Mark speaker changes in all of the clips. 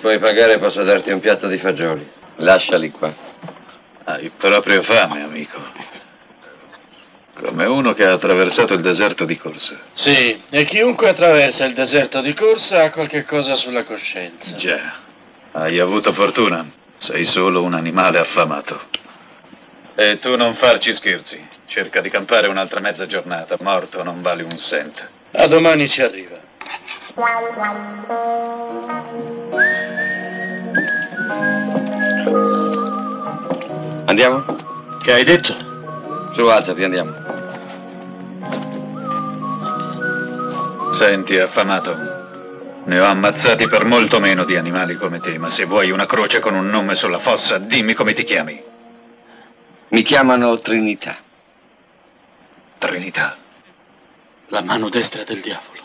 Speaker 1: puoi pagare posso darti un piatto di fagioli. Lasciali qua.
Speaker 2: Hai proprio fame, amico. Come uno che ha attraversato il deserto di corsa.
Speaker 3: Sì, e chiunque attraversa il deserto di corsa ha qualche cosa sulla coscienza.
Speaker 2: Già, hai avuto fortuna. Sei solo un animale affamato. E tu non farci scherzi. Cerca di campare un'altra mezza giornata. Morto non vale un cent.
Speaker 3: A domani ci arriva.
Speaker 1: Andiamo?
Speaker 3: Che hai detto?
Speaker 1: Su, alzati, andiamo.
Speaker 2: Senti, affamato. Ne ho ammazzati per molto meno di animali come te, ma se vuoi una croce con un nome sulla fossa, dimmi come ti chiami.
Speaker 1: Mi chiamano Trinità.
Speaker 2: Trinità.
Speaker 4: La mano destra del diavolo.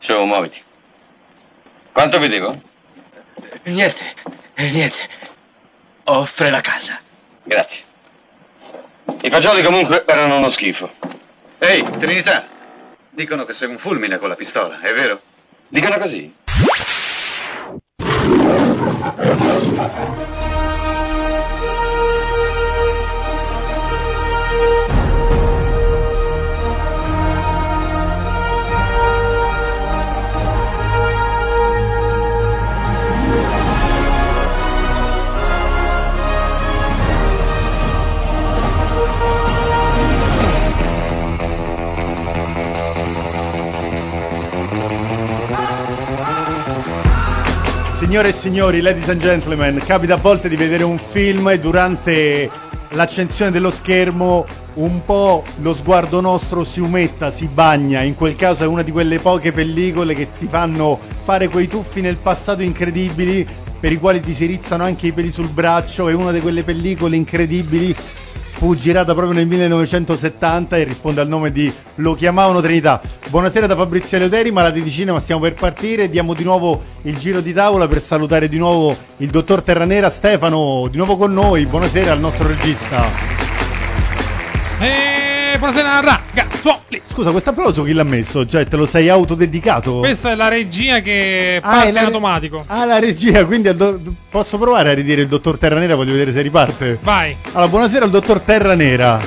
Speaker 1: Su, muoviti. Quanto vi devo?
Speaker 4: Niente, niente. Offre la casa.
Speaker 1: Grazie. I fagioli comunque erano uno schifo.
Speaker 2: Ehi, Trinità! Dicono che sei un fulmine con la pistola, è vero?
Speaker 1: Dicono così.
Speaker 5: Signore e signori, ladies and gentlemen, capita a volte di vedere un film e durante l'accensione dello schermo un po' lo sguardo nostro si umetta, si bagna, in quel caso è una di quelle poche pellicole che ti fanno fare quei tuffi nel passato incredibili per i quali ti si rizzano anche i peli sul braccio, è una di quelle pellicole incredibili fu girata proprio nel 1970 e risponde al nome di Lo chiamavano Trinità. Buonasera da Fabrizio Leoteri, malati di cinema, stiamo per partire, diamo di nuovo il giro di tavola per salutare di nuovo il dottor Terranera Stefano, di nuovo con noi, buonasera al nostro regista.
Speaker 6: E buonasera ragazzuoli.
Speaker 5: Scusa, questo applauso chi l'ha messo? Cioè, te lo sei autodedicato?
Speaker 6: Questa è la regia che
Speaker 5: Ah,
Speaker 6: parte
Speaker 5: è la-
Speaker 6: in automatico.
Speaker 5: Ah, la regia, quindi al do- posso provare a ridire il dottor Terranera, voglio vedere se riparte.
Speaker 6: Vai.
Speaker 5: Allora, buonasera al dottor Terra Nera.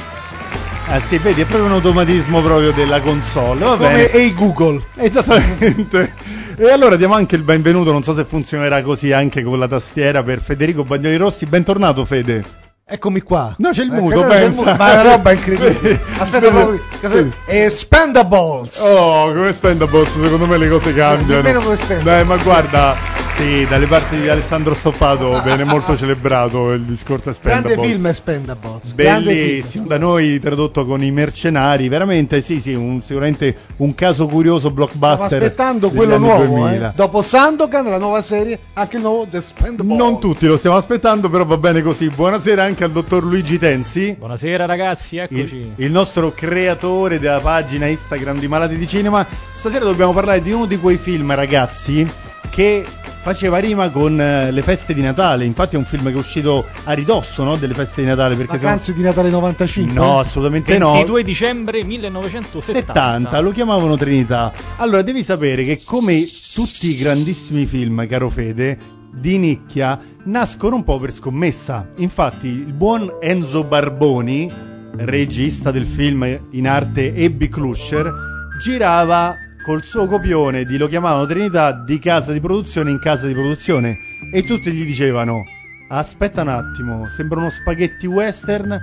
Speaker 5: Ah sì, vedi, è proprio un automatismo proprio della console. Va bene.
Speaker 7: Come Ehi Google.
Speaker 5: Esattamente. E allora diamo anche il benvenuto, non so se funzionerà così anche con la tastiera per Federico Bagnoli Rossi. Bentornato Fede.
Speaker 7: Eccomi qua.
Speaker 5: No, c'è il
Speaker 7: Eh,
Speaker 5: muto,
Speaker 7: credo sia il
Speaker 5: pensa.
Speaker 7: muto, Ma è una roba incredibile. Aspetta,
Speaker 5: Vedi?
Speaker 7: proprio- cosa- Eh, Expendables.
Speaker 5: Oh, come Spendables, secondo me le cose cambiano.
Speaker 7: Nemmeno come Spendables.
Speaker 5: Beh, ma guarda, sì, dalle parti di Alessandro Stoppato viene molto celebrato il discorso Spendables.
Speaker 7: Grande film Expendables. Grande film.
Speaker 5: Bellissimo, da noi tradotto con i mercenari, veramente sì, sì, un- sicuramente un caso curioso blockbuster.
Speaker 7: Stavo aspettando
Speaker 5: degli
Speaker 7: quello
Speaker 5: anni
Speaker 7: nuovo,
Speaker 5: 2000.
Speaker 7: eh. dopo Sandokan, la nuova serie, anche il nuovo The Spendable.
Speaker 5: Non tutti lo stiamo aspettando, però va bene così. Buonasera anche al dottor Luigi Tensi.
Speaker 8: Buonasera ragazzi, eccoci.
Speaker 5: Il, il nostro creatore della pagina Instagram di Malati di Cinema. Stasera dobbiamo parlare di uno di quei film, ragazzi, che faceva rima con eh, le feste di Natale. Infatti è un film che è uscito a ridosso no, delle feste di Natale. Perché se non-
Speaker 7: Vacanze di Natale eh? 95.
Speaker 5: No, assolutamente no.
Speaker 8: 22 dicembre 1970.
Speaker 5: 70, lo chiamavano Trinità. Allora, devi sapere che come tutti i grandissimi film, caro Fede, di nicchia, nascono un po' per scommessa. Infatti, il buon Enzo Barboni, regista del film in arte Abby Clusher, girava col suo copione di lo chiamavano Trinità di casa di produzione in casa di produzione e tutti gli dicevano aspetta un attimo, sembra uno spaghetti western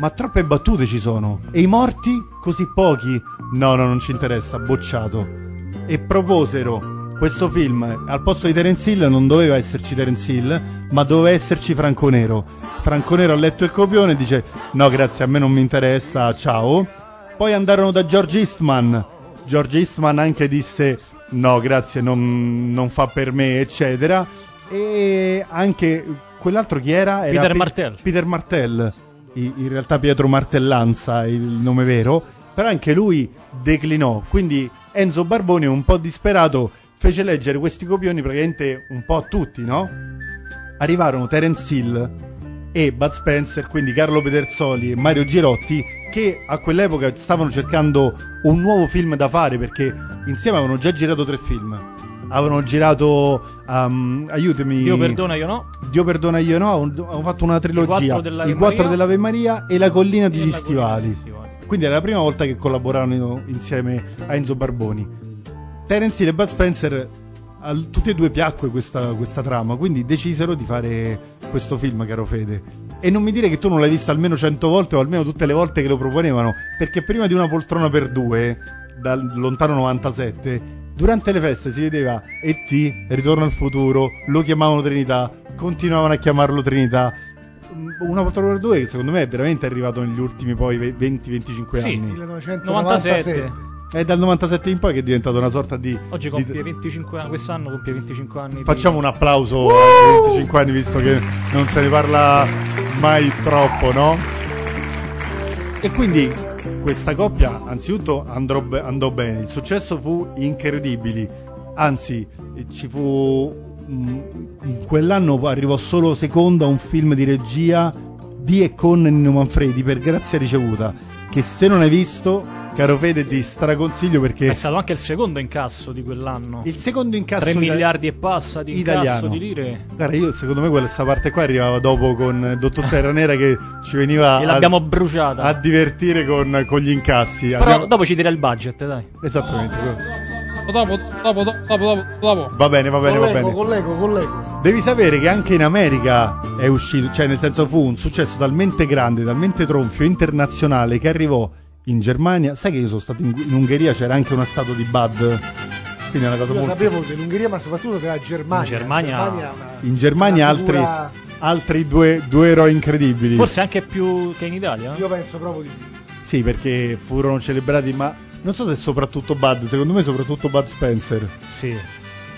Speaker 5: ma troppe battute ci sono. E i morti? Così pochi? No, no, non ci interessa, bocciato. E proposero questo film. Al posto di Terence Hill non doveva esserci Terence Hill, ma doveva esserci Franco Nero. Franco Nero ha letto il copione e dice: No, grazie, a me non mi interessa, ciao. Poi andarono da George Eastman. George Eastman anche disse: No, grazie, non, non fa per me, eccetera. E anche quell'altro chi era? era
Speaker 8: Peter
Speaker 5: Pe-
Speaker 8: Martell.
Speaker 5: Peter Martell, i- in realtà Pietro Martellanza è il nome vero, però anche lui declinò, quindi Enzo Barboni un po' disperato fece leggere questi copioni praticamente un po' a tutti, no? Arrivarono Terence Hill e Bud Spencer, quindi Carlo Pedersoli e Mario Girotti, che a quell'epoca stavano cercando un nuovo film da fare perché insieme avevano già girato tre film. avevano girato um, aiutami
Speaker 8: Dio perdona, io no.
Speaker 5: Dio perdona io no avevano fatto una trilogia
Speaker 8: quattro dell'Ave
Speaker 5: I quattro
Speaker 8: Maria.
Speaker 5: dell'Ave Maria e La collina
Speaker 8: E
Speaker 5: degli
Speaker 8: la
Speaker 5: stivali
Speaker 8: Colina degli Stivali.
Speaker 5: quindi era la prima volta che collaborarono insieme a Enzo Barboni Terence Hill e Bud Spencer a tutti e due piacque questa, questa trama quindi decisero di fare questo film caro Fede e non mi dire che tu non l'hai visto almeno 100 volte o almeno tutte le volte che lo proponevano perché prima di una poltrona per due dal lontano 97 durante le feste si vedeva E.T. Ritorno al futuro lo chiamavano Trinità continuavano a chiamarlo Trinità Mm, una poltrona per due che secondo me è veramente arrivato negli ultimi poi 20-25
Speaker 8: Sì,
Speaker 5: anni
Speaker 7: 1997.
Speaker 8: 97.
Speaker 5: è dal 97 in poi che è diventato una sorta di.
Speaker 8: Oggi
Speaker 5: di-
Speaker 8: compie 25 anni, quest'anno compie 25 anni. di-
Speaker 5: Facciamo un applauso ai 25 anni, visto che non se ne parla mai troppo, no? E quindi questa coppia, anzitutto, andrò be- andò bene. Il successo fu incredibile. Anzi, eh, ci fu. mm, In quell'anno arrivò solo secondo a un film di regia di e con Nino Manfredi per grazia ricevuta. Che se non hai visto, caro Fede, ti straconsiglio perché
Speaker 8: È stato anche il secondo incasso di quell'anno.
Speaker 5: il secondo incasso
Speaker 8: 3
Speaker 5: ita-
Speaker 8: miliardi e passa di incasso
Speaker 5: italiano.
Speaker 8: di lire.
Speaker 5: Guarda, io secondo me questa parte qua arrivava dopo con eh, Dottor Terra Nera che ci veniva
Speaker 8: E
Speaker 5: a,
Speaker 8: l'abbiamo bruciata.
Speaker 5: a divertire con, con gli incassi.
Speaker 8: Però
Speaker 5: Abbiamo-
Speaker 8: dopo ci dirà il budget, dai.
Speaker 5: Esattamente.
Speaker 6: Dopo, dopo, dopo, dopo, dopo.
Speaker 5: Va bene, va bene, va
Speaker 7: Collego,
Speaker 5: bene.
Speaker 7: collego, collego.
Speaker 5: Devi sapere che anche in America è uscito, cioè nel senso fu un successo talmente grande, talmente tronfio, internazionale che arrivò in Germania. Sai che io sono stato in, in Ungheria, c'era anche una statua di Bud. Quindi è una cosa
Speaker 7: Io
Speaker 5: molto...
Speaker 7: sapevo dell'Ungheria, ma soprattutto della Germania.
Speaker 8: In Germania-
Speaker 7: è una-
Speaker 5: In Germania
Speaker 7: una
Speaker 5: altri,
Speaker 7: figura-
Speaker 5: altri due, due eroi incredibili.
Speaker 8: Forse anche più che in Italia. eh?
Speaker 7: Io penso proprio di sì.
Speaker 5: Sì, perché furono celebrati, ma non so se soprattutto Bud, secondo me soprattutto Bud Spencer,
Speaker 8: Sì.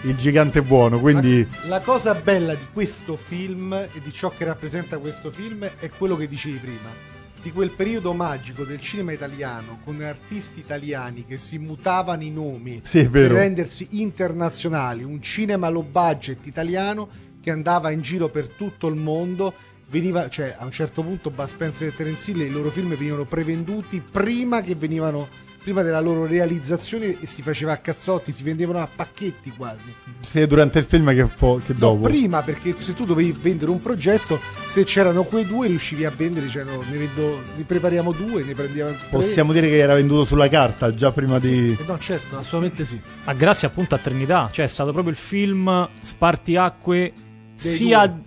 Speaker 5: il gigante buono, quindi
Speaker 7: La, la cosa bella di questo film e di ciò che rappresenta questo film è quello che dicevi prima. Di quel periodo magico del cinema italiano con artisti italiani che si mutavano i nomi
Speaker 5: Sì, è
Speaker 7: per
Speaker 5: vero.
Speaker 7: rendersi internazionali, un cinema low budget italiano che andava in giro per tutto il mondo. Veniva, cioè, a un certo punto Bud Spencer e Terence Hill, i loro film venivano prevenduti prima che venivano prima della loro realizzazione e si faceva a cazzotti, si vendevano a pacchetti quasi.
Speaker 5: sia durante il film che, fo- che
Speaker 7: No,
Speaker 5: dopo.
Speaker 7: prima perché se tu dovevi vendere un progetto, se c'erano quei due riuscivi a vendere, cioè no, ne, vendo- ne prepariamo due, ne prendiamo tre.
Speaker 5: Possiamo dire che era venduto sulla carta già prima di...
Speaker 7: Eh No, certo, assolutamente sì.
Speaker 8: Ma grazie appunto a Trinità, cioè è stato proprio il film spartiacque
Speaker 7: Dei
Speaker 8: sia
Speaker 7: due.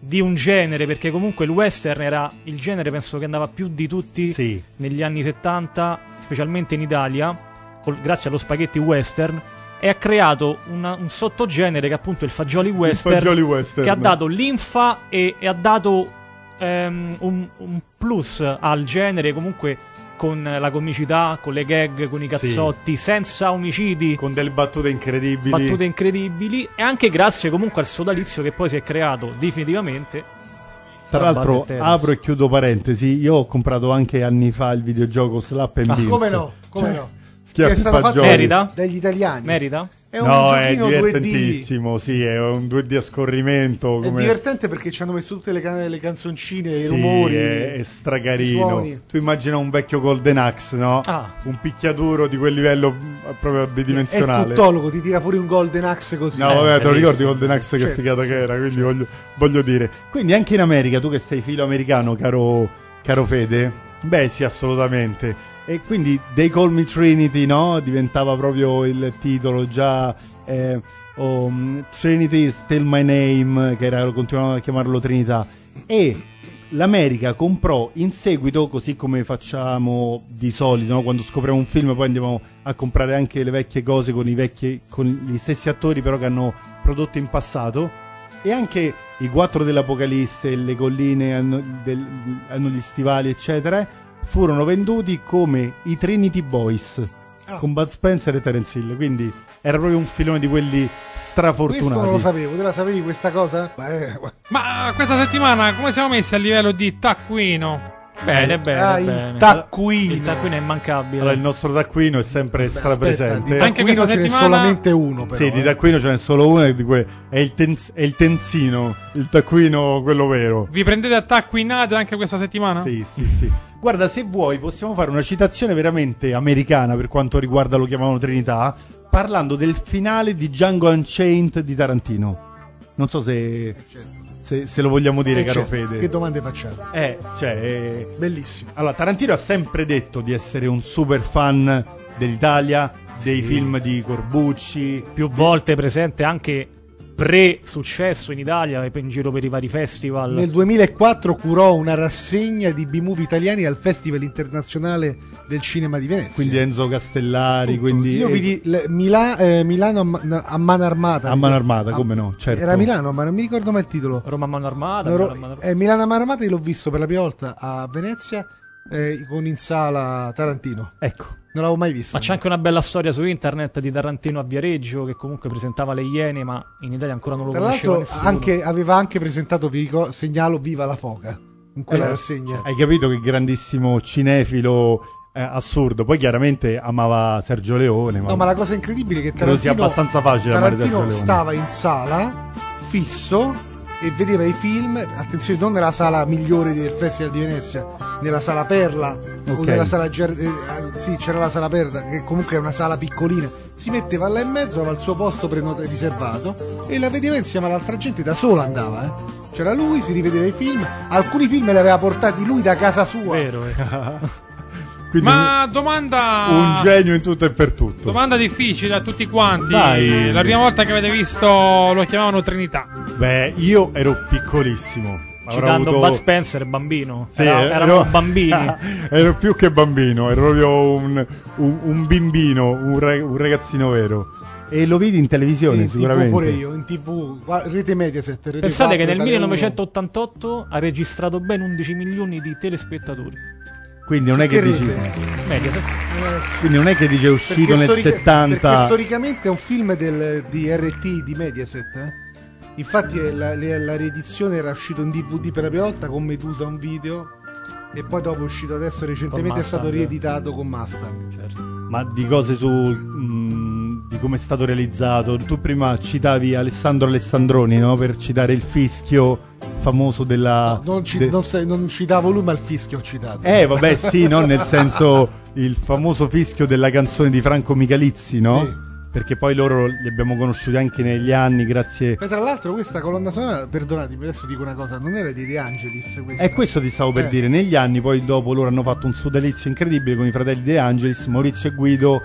Speaker 8: di un genere, perché comunque il western era il genere penso che andava più di tutti
Speaker 5: Sì.
Speaker 8: negli anni 70, specialmente in Italia, col- grazie allo spaghetti western, e ha creato una- un sottogenere che è appunto è il fagioli western,
Speaker 5: fagioli western.
Speaker 8: che ha dato linfa e, e ha dato ehm, un, un plus al genere comunque con la comicità, con le gag, con i cazzotti, senza omicidi
Speaker 5: Con delle battute incredibili.
Speaker 8: battute incredibili e anche grazie comunque al sodalizio che poi si è creato definitivamente
Speaker 5: Tra l'altro,
Speaker 8: Batte Terence.
Speaker 5: apro e chiudo parentesi, io ho comprato anche anni fa il videogioco Slap and Beans.
Speaker 7: Ah, Come no? Come
Speaker 5: Cioè,
Speaker 7: no?
Speaker 5: schiaffi
Speaker 7: Che è stato fatto
Speaker 5: fagioli.
Speaker 8: Merita?
Speaker 7: dagli italiani.
Speaker 8: merita
Speaker 7: È un
Speaker 5: No, è
Speaker 7: giochino 2D.
Speaker 5: divertentissimo, sì, è un 2D a scorrimento.
Speaker 7: È
Speaker 5: Come...
Speaker 7: divertente perché ci hanno messo tutte le, can- le canzoncine, i
Speaker 5: Sì,
Speaker 7: rumori.
Speaker 5: è, è
Speaker 7: i
Speaker 5: stracarino.
Speaker 7: suoni.
Speaker 5: Tu immagina un vecchio Golden Axe, no?
Speaker 8: Ah.
Speaker 5: Un picchiaduro di quel livello mm, proprio
Speaker 7: È il
Speaker 5: bidimensionale.
Speaker 7: tuttologo, ti tira fuori un Golden Axe così. Eh,
Speaker 5: No, vabbè, te lo
Speaker 8: bellissimo.
Speaker 5: ricordi Golden Axe che
Speaker 7: Certo.
Speaker 5: figata che era, quindi voglio, voglio dire. Quindi anche in America, tu che sei filo americano, caro, caro Fede, beh sì, assolutamente. E quindi They Call Me Trinity, no? Diventava proprio il titolo già... eh, oh, mm, Trinity is Still My Name, che era, continuavano a chiamarlo Trinità. E l'America comprò in seguito, così come facciamo di solito, no? quando scopriamo un film poi andiamo a comprare anche le vecchie cose con, i vecchi, con gli stessi attori però che hanno prodotto in passato. E anche i quattro dell'Apocalisse, le colline hanno, del- hanno gli stivali, eccetera, furono venduti come i Trinity Boys
Speaker 7: Ah.
Speaker 5: con Bud Spencer e Terence Hill. Quindi era proprio un filone di quelli
Speaker 7: Questo non lo
Speaker 5: strafortunati.
Speaker 7: sapevo, te la sapevi questa cosa? Beh,
Speaker 6: Ma eh, questa settimana come siamo messi a livello di taccuino?
Speaker 8: bene bene
Speaker 7: ah,
Speaker 8: bene
Speaker 7: il taccuino.
Speaker 8: Il taccuino è immancabile
Speaker 5: Allora, il nostro taccuino è sempre strapresente.
Speaker 7: Aspetta,
Speaker 6: Anche
Speaker 7: di taccuino
Speaker 6: questa
Speaker 7: ce n'è
Speaker 6: settimana-
Speaker 7: solamente uno però.
Speaker 5: Sì, di
Speaker 7: eh.
Speaker 5: taccuino ce n'è solo uno, e di que- è, il tenz- è il tensino, il taccuino quello vero.
Speaker 6: Vi prendete a taccuinate anche questa settimana?
Speaker 5: Sì, sì, sì. Guarda, se vuoi possiamo fare una citazione veramente americana per quanto riguarda lo chiamavano Trinità, parlando del finale di Django Unchained di Tarantino. Non so se, se- se lo vogliamo dire,
Speaker 7: Cioè, Eh,
Speaker 5: caro
Speaker 7: certo.
Speaker 5: Fede.
Speaker 7: Che domande facciamo?
Speaker 5: Eh, cioè, eh,
Speaker 7: Bellissimo.
Speaker 5: allora, Tarantino ha sempre detto di essere un super fan dell'Italia, dei film di Corbucci.
Speaker 8: Più volte presente anche pre-successo in Italia, in giro per i vari festival.
Speaker 7: Nel 2004 curò una rassegna di B-movie italiani al Festival Internazionale del Cinema di Venezia.
Speaker 5: Quindi Enzo Castellari,
Speaker 7: Tutto.
Speaker 5: quindi
Speaker 7: Io vidi le- Mila- eh, Milano a, ma- no, a mano armata.
Speaker 5: A mano armata, come no, certo.
Speaker 7: Era Milano, ma non mi ricordo mai il titolo.
Speaker 8: Roma a mano armata.
Speaker 7: No,
Speaker 8: Milano
Speaker 7: ro-
Speaker 8: a mano armata.
Speaker 7: eh, Milano a mano armata io l'ho visto per la prima volta a Venezia eh, con in sala Tarantino.
Speaker 5: ecco.
Speaker 7: Non l'avevo mai visto.
Speaker 8: Ma c'è anche una bella storia su internet di Tarantino a Viareggio che comunque presentava le Iene, ma in Italia ancora non lo
Speaker 7: Tra
Speaker 8: conosceva
Speaker 7: l'altro
Speaker 8: nessuno.
Speaker 7: anche- aveva anche presentato, vi ricor- segnalo, Viva la foca in quella
Speaker 5: Eh,
Speaker 7: rassegna.
Speaker 5: Hai capito che grandissimo cinefilo eh, assurdo. Poi chiaramente amava Sergio Leone.
Speaker 7: No, ma la cosa incredibile è che
Speaker 5: Credo
Speaker 7: Tarantino,
Speaker 5: sia abbastanza facile amare Sergio
Speaker 7: Tarantino
Speaker 5: Leone.
Speaker 7: stava in sala, fisso, e vedeva i film, attenzione, non nella sala migliore del Festival di Venezia, nella sala Perla, o
Speaker 5: Ok.
Speaker 7: nella sala... Ger- eh, ah, sì, c'era la sala Perla, che comunque è una sala piccolina. Si metteva là in mezzo, aveva il suo posto prenota- riservato, e la vedeva insieme all'altra gente, da sola andava, eh. C'era lui, si rivedeva i film, alcuni film li aveva portati lui da casa sua.
Speaker 8: Vero, eh.
Speaker 5: Quindi
Speaker 6: Ma domanda.
Speaker 5: un genio in tutto e per tutto.
Speaker 6: Domanda difficile a tutti quanti.
Speaker 5: Dai.
Speaker 6: La prima volta che avete visto lo chiamavano Trinità.
Speaker 5: Beh, io ero piccolissimo. Avrò
Speaker 8: Citando
Speaker 5: avuto-
Speaker 8: Bud Spencer, bambino.
Speaker 5: Sì,
Speaker 8: Era-
Speaker 7: eh,
Speaker 5: ero-
Speaker 8: eravamo bambini.
Speaker 5: ero più che bambino, ero proprio un, un- un bimbino, un, re- un ragazzino vero. E lo vidi in televisione,
Speaker 7: In TV
Speaker 5: sicuramente.
Speaker 7: pure io, in TV, gua- rete Mediaset, rete
Speaker 8: Pensate
Speaker 7: 4,
Speaker 8: che nel
Speaker 7: Italia uno.
Speaker 8: 1988 ha registrato ben 11 milioni di telespettatori.
Speaker 5: Quindi non è che
Speaker 7: Che
Speaker 5: dici.
Speaker 7: rete?
Speaker 8: Mediaset.
Speaker 5: Quindi non è che dice è
Speaker 7: Perché
Speaker 5: uscito nel
Speaker 7: storica-
Speaker 5: 70.
Speaker 7: perché storicamente è un film del- di RT di Mediaset. eh. Infatti è la, le- la riedizione era uscito in DVD per la prima volta con Medusa un video e poi dopo è uscito adesso recentemente è stato
Speaker 8: Mustang.
Speaker 7: rieditato con Mustang.
Speaker 8: Certo.
Speaker 5: Ma di cose su. mh, di come è stato realizzato. Tu prima citavi Alessandro Alessandroni, no? Per citare il fischio famoso della.
Speaker 7: non, ci,
Speaker 5: Ah. de-
Speaker 7: non sai- non citavo lui ma il fischio ho citato.
Speaker 5: Eh, vabbè, sì, no? Nel senso. Il famoso fischio della canzone di Franco Michalizzi, no?
Speaker 7: Sì.
Speaker 5: Perché poi loro li abbiamo conosciuti anche negli anni, grazie.
Speaker 7: Beh, tra l'altro questa colonna sonora, perdonatemi, adesso dico una cosa, non era di De Angelis questa?
Speaker 5: E questo ti stavo per
Speaker 7: Eh.
Speaker 5: dire, negli anni poi dopo loro hanno fatto un sodalizio incredibile con i fratelli De Angelis, Maurizio e Guido,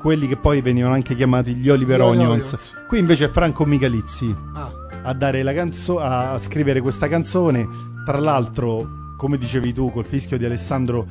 Speaker 5: quelli che poi venivano anche chiamati gli Oliver
Speaker 7: Gli Oliver
Speaker 5: Onions.
Speaker 7: Onions.
Speaker 5: Qui invece è Franco Michalizzi
Speaker 7: Ah,
Speaker 5: a, dare la canzo- a scrivere questa canzone, tra l'altro come dicevi tu col fischio di Alessandro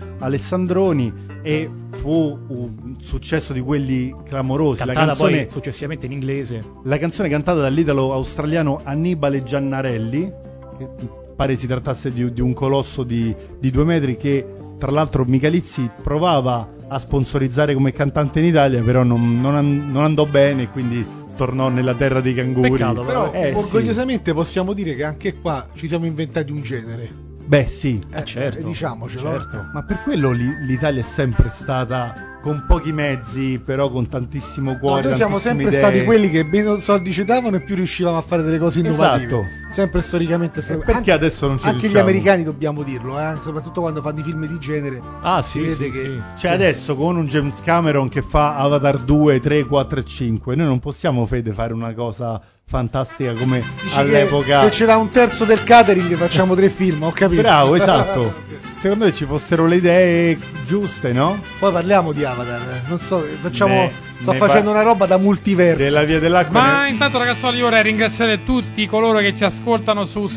Speaker 5: Alessandroni e fu un successo di quelli clamorosi. La
Speaker 8: Cantata
Speaker 5: canzone,
Speaker 8: poi successivamente in inglese.
Speaker 5: la canzone cantata dall'italo australiano Annibale Giannarelli, che pare si trattasse di, di un colosso di, di due metri che tra l'altro Michalizzi provava a sponsorizzare come cantante in Italia, però non, non an- non andò bene e quindi tornò nella terra dei canguri.
Speaker 8: Peccato,
Speaker 7: però
Speaker 5: Eh, sì.
Speaker 7: orgogliosamente possiamo dire che anche qua ci siamo inventati un genere.
Speaker 5: Beh sì,
Speaker 8: Eh, certo.
Speaker 7: diciamocelo.
Speaker 8: Certo.
Speaker 5: ma per quello li- l'Italia è sempre stata con pochi mezzi, però con tantissimo
Speaker 7: No,
Speaker 5: cuore.
Speaker 7: noi siamo sempre
Speaker 5: tantissime
Speaker 7: stati
Speaker 5: idee.
Speaker 7: quelli che meno soldi ci davano e più riuscivamo a fare delle cose innovative.
Speaker 5: Esatto.
Speaker 7: Sempre storicamente
Speaker 5: E
Speaker 7: stato-
Speaker 5: perché
Speaker 7: anche,
Speaker 5: adesso non ci
Speaker 7: anche gli
Speaker 5: riusciamo?
Speaker 7: americani dobbiamo dirlo, eh, soprattutto quando fanno i film di genere.
Speaker 8: Ah,
Speaker 7: Si
Speaker 8: sì,
Speaker 7: vede
Speaker 8: sì,
Speaker 7: che-
Speaker 8: sì.
Speaker 5: Cioè adesso con un James Cameron che fa Avatar 2, 3, 4 e 5, noi non possiamo, Fede, fare una cosa fantastica come
Speaker 7: Dici che
Speaker 5: all'epoca.
Speaker 7: Se ce l'ha un terzo del catering facciamo tre film, ho capito.
Speaker 5: Bravo, esatto. Secondo me ci fossero le idee giuste, no?
Speaker 7: Poi parliamo di Avatar. eh. Non so, facciamo,
Speaker 5: Ne-
Speaker 7: sto
Speaker 5: ne
Speaker 7: facendo
Speaker 5: par-
Speaker 7: una roba da multiverso.
Speaker 5: Della via dell'acqua.
Speaker 6: Ma
Speaker 5: ne-
Speaker 6: intanto ragazzuoli vorrei ringraziare tutti coloro che ci ascoltano su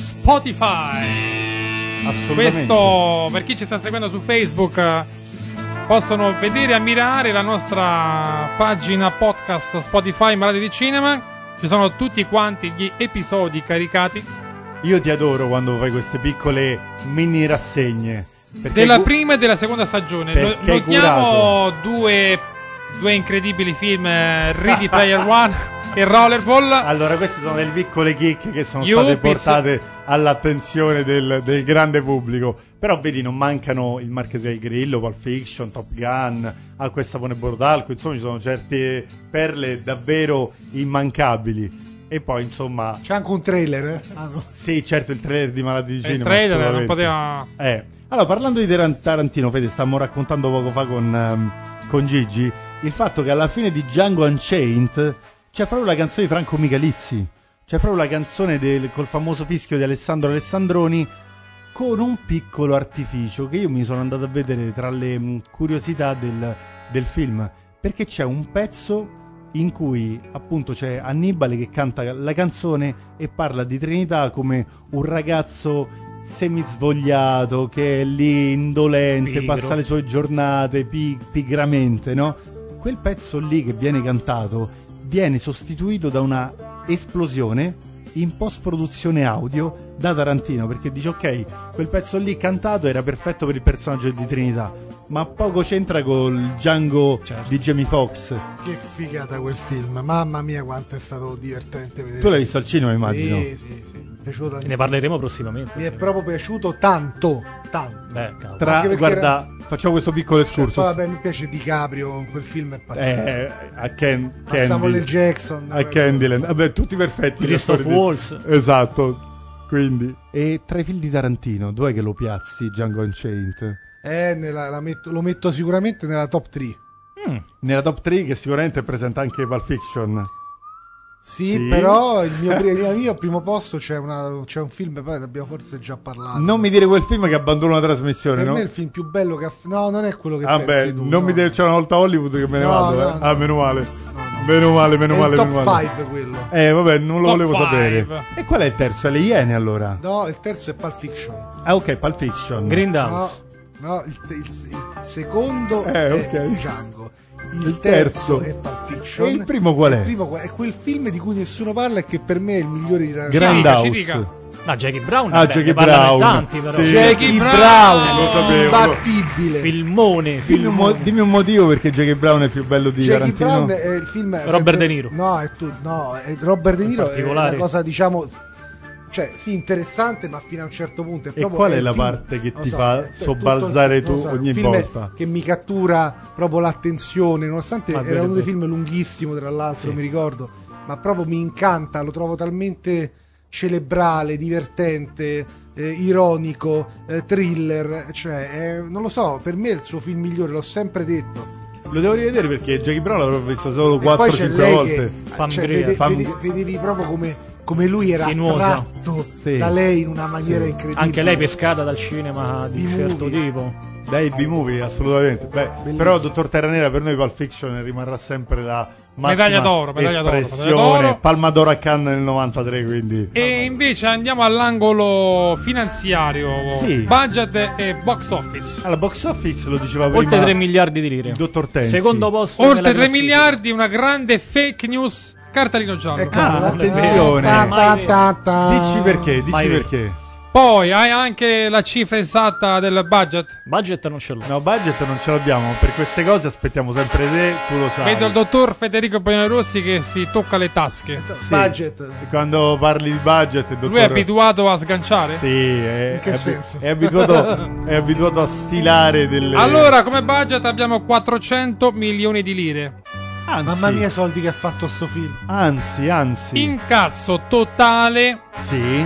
Speaker 6: Spotify.
Speaker 5: Assolutamente.
Speaker 6: Questo per chi ci sta seguendo su Facebook eh, possono vedere e ammirare la nostra pagina podcast Spotify Malati di Cinema. Ci sono tutti quanti gli episodi caricati
Speaker 5: Io ti adoro quando fai queste piccole mini rassegne. Perché
Speaker 6: della
Speaker 5: gu-
Speaker 6: prima e della seconda stagione. No-
Speaker 5: Perché hai
Speaker 6: Notiamo due, due incredibili film, eh, Ready Player One e Rollerball.
Speaker 5: Allora, queste sono delle piccole chicche che sono
Speaker 6: Io
Speaker 5: state
Speaker 6: penso-
Speaker 5: portate all'attenzione del, del grande pubblico. Però vedi, non mancano il Marchese del Grillo, Pulp Fiction, Top Gun, Acqua e Sapone Bordalco. Insomma, ci sono certe perle davvero immancabili. E poi, insomma,
Speaker 7: C'è anche un trailer. eh. Ah, no.
Speaker 5: sì, certo, il trailer di Malati di
Speaker 6: Il
Speaker 5: Cinema.
Speaker 6: trailer non
Speaker 5: assolutamente.
Speaker 6: poteva...
Speaker 5: Eh, allora, parlando di Taran- Tarantino, Fede, stavamo raccontando poco fa con, ehm, con Gigi il fatto che alla fine di Django Unchained c'è proprio la canzone di Franco Michalizzi, c'è proprio la canzone del- col famoso fischio di Alessandro Alessandroni con un piccolo artificio che io mi sono andato a vedere tra le mh, curiosità del, del film, perché c'è un pezzo in cui appunto c'è Annibale che canta la canzone e parla di Trinità come un ragazzo semisvogliato che è lì indolente,
Speaker 8: Pigro.
Speaker 5: passa le sue giornate pi- pigramente, no? Quel pezzo lì che viene cantato viene sostituito da una esplosione in post-produzione audio da Tarantino perché dice ok, quel pezzo lì cantato era perfetto per il personaggio di Trinità, ma poco c'entra col Django
Speaker 6: Certo.
Speaker 5: di Jamie Foxx.
Speaker 7: Che figata quel film, mamma mia quanto è stato divertente vedere.
Speaker 5: Tu l'hai visto al cinema, immagino.
Speaker 7: Sì, sì, sì. Mi è piaciuto
Speaker 8: Ne parleremo prossimamente.
Speaker 7: Mi è proprio piaciuto tanto, tanto.
Speaker 8: Beh, cavolo.
Speaker 5: Tra,
Speaker 7: Anche perché
Speaker 5: guarda, facciamo questo piccolo
Speaker 7: Cioè,
Speaker 5: escursus.
Speaker 7: poi, vabbè, mi piace Di Caprio, quel film è pazzesco.
Speaker 5: eh, a Ken,
Speaker 7: A Samuel L.
Speaker 5: Candy,
Speaker 7: Jackson.
Speaker 5: a Candyland. Vabbè, tutti perfetti. gli
Speaker 8: Christoph
Speaker 5: attori di-
Speaker 8: Waltz.
Speaker 5: Esatto. Quindi. E tra i film di Tarantino, dov'è che lo piazzi Django Unchained?
Speaker 7: Eh, nella- la metto- lo metto sicuramente nella top 3.
Speaker 8: Mm.
Speaker 5: Nella top 3 che sicuramente presenta anche Pulp Fiction.
Speaker 7: Sì,
Speaker 5: Sì.
Speaker 7: però il mio, pri- il mio primo posto c'è, una- c'è un film, poi ne abbiamo forse già parlato.
Speaker 5: Non mi dire quel film che abbandona la trasmissione,
Speaker 7: Per
Speaker 5: no?
Speaker 7: me il film più bello che ha... f- No, non è quello che
Speaker 5: Ah
Speaker 7: pensi
Speaker 5: beh,
Speaker 7: tu.
Speaker 5: non
Speaker 7: no.
Speaker 5: mi dire c'è una volta Hollywood che me ne
Speaker 7: No,
Speaker 5: vado.
Speaker 7: no,
Speaker 5: eh.
Speaker 7: no.
Speaker 5: Ah, meno male.
Speaker 7: No, no.
Speaker 5: Meno male, meno
Speaker 7: È
Speaker 5: male,
Speaker 7: il
Speaker 5: meno
Speaker 7: top
Speaker 5: male.
Speaker 7: 5 quello.
Speaker 5: Eh, vabbè, non lo
Speaker 6: Top
Speaker 5: volevo
Speaker 6: five.
Speaker 5: sapere. E qual è il terzo? È Le Iene allora?
Speaker 7: No, il terzo è Pulp Fiction.
Speaker 5: Ah, ok, Pulp Fiction.
Speaker 7: No,
Speaker 8: Grindhouse.
Speaker 7: no il, te- il- il secondo
Speaker 5: Ah, Eh,
Speaker 7: è
Speaker 5: ok.
Speaker 7: Django. Il,
Speaker 5: Il
Speaker 7: terzo,
Speaker 5: terzo.
Speaker 7: è Pulp Fiction.
Speaker 5: E il primo qual è?
Speaker 7: Il primo è quel film di cui nessuno parla e che per me è il migliore di Tarantino.
Speaker 5: Grindhouse.
Speaker 6: Ci dica, ci dica.
Speaker 8: No, Jackie Brown.
Speaker 5: Ah,
Speaker 8: beh,
Speaker 5: Jackie
Speaker 8: ne parlano in
Speaker 5: Brown.
Speaker 8: Tanti, però.
Speaker 5: Sì.
Speaker 6: Jackie
Speaker 7: Jackie
Speaker 6: Brown!
Speaker 7: Brown,
Speaker 5: Lo sapevo.
Speaker 7: imbattibile.
Speaker 8: Filmone.
Speaker 5: Dimmi un, mo-
Speaker 8: filmone.
Speaker 5: dimmi un motivo perché Jackie Brown è il più bello di
Speaker 7: Jackie
Speaker 5: Tarantino.
Speaker 7: Brown è il film
Speaker 8: Robert De Niro.
Speaker 7: No, è tu, no, è Robert De Niro è
Speaker 8: particolare.
Speaker 7: una cosa diciamo cioè, sì, interessante, ma fino a un certo punto è
Speaker 5: E
Speaker 7: proprio-
Speaker 5: qual è
Speaker 7: il
Speaker 5: la
Speaker 7: film-
Speaker 5: parte che
Speaker 7: non
Speaker 5: ti
Speaker 7: so,
Speaker 5: fa
Speaker 7: è tutto-
Speaker 5: sobbalzare
Speaker 7: non
Speaker 5: tu
Speaker 7: so, è un
Speaker 5: ogni
Speaker 7: film
Speaker 5: volta?
Speaker 7: Che mi cattura proprio l'attenzione, nonostante
Speaker 8: Ah,
Speaker 7: era
Speaker 8: vero,
Speaker 7: uno dei
Speaker 8: vero.
Speaker 7: film lunghissimo, tra l'altro,
Speaker 8: Sì.
Speaker 7: mi ricordo, ma proprio mi incanta, lo trovo talmente celebrale, divertente, eh, ironico, eh, thriller, cioè, eh, non lo so, per me è il suo film migliore, l'ho sempre detto.
Speaker 5: Lo devo rivedere perché Jackie Brown l'avrò visto solo
Speaker 7: E poi c'è
Speaker 5: 4-5
Speaker 7: lei
Speaker 5: volte.
Speaker 7: che-
Speaker 8: Pam
Speaker 7: cioè,
Speaker 8: Grier.
Speaker 7: vede-
Speaker 5: Pam-
Speaker 7: vede- vedevi proprio come, come lui era
Speaker 8: Sinuosa.
Speaker 7: attratto
Speaker 5: Sì.
Speaker 7: da lei in una maniera
Speaker 5: Sì.
Speaker 7: incredibile.
Speaker 8: Anche lei pescata dal cinema di un
Speaker 7: I
Speaker 8: certo
Speaker 7: movie.
Speaker 8: tipo.
Speaker 5: Dai, B-movie, assolutamente. Beh,
Speaker 7: Bellissimo.
Speaker 5: però, dottor Terra Nera, per noi Pulp Fiction rimarrà sempre la massima
Speaker 6: Medaglia d'oro, medaglia d'oro,
Speaker 5: espressione.
Speaker 6: medaglia d'oro.
Speaker 5: Palma d'oro a Cannes nel 93, quindi.
Speaker 6: E invece andiamo all'angolo finanziario,
Speaker 5: Sì.
Speaker 6: budget e box office.
Speaker 5: Alla box office lo diceva
Speaker 8: Oltre
Speaker 5: prima
Speaker 8: 3 miliardi di lire.
Speaker 5: il dottor Tenzi.
Speaker 8: Secondo posto. della
Speaker 6: Oltre 3
Speaker 8: classifica.
Speaker 6: miliardi, una grande fake news, cartellino giallo.
Speaker 7: Ecco,
Speaker 5: Ah, attenzione.
Speaker 7: Ta, ta, ta, ta.
Speaker 5: Dici perché, dici
Speaker 8: Mai detto.
Speaker 5: perché.
Speaker 6: Poi hai anche la cifra esatta del budget.
Speaker 8: Budget non ce l'ho.
Speaker 5: No, budget non ce l'abbiamo, per queste cose aspettiamo sempre te, tu lo sai.
Speaker 6: Vedo il dottor Federico Rossi che si tocca le tasche.
Speaker 5: Sì.
Speaker 7: Budget.
Speaker 5: Quando parli di budget, il dottor...
Speaker 6: Lui è abituato a sganciare?
Speaker 5: Sì, è,
Speaker 7: In che
Speaker 5: è-
Speaker 7: senso?
Speaker 5: è abituato, è abituato a stilare delle...
Speaker 6: Allora, come budget abbiamo 400 milioni di lire.
Speaker 5: anzi,
Speaker 7: Mamma mia, i soldi che ha fatto sto film.
Speaker 5: Anzi, anzi...
Speaker 6: Incasso totale
Speaker 5: Sì,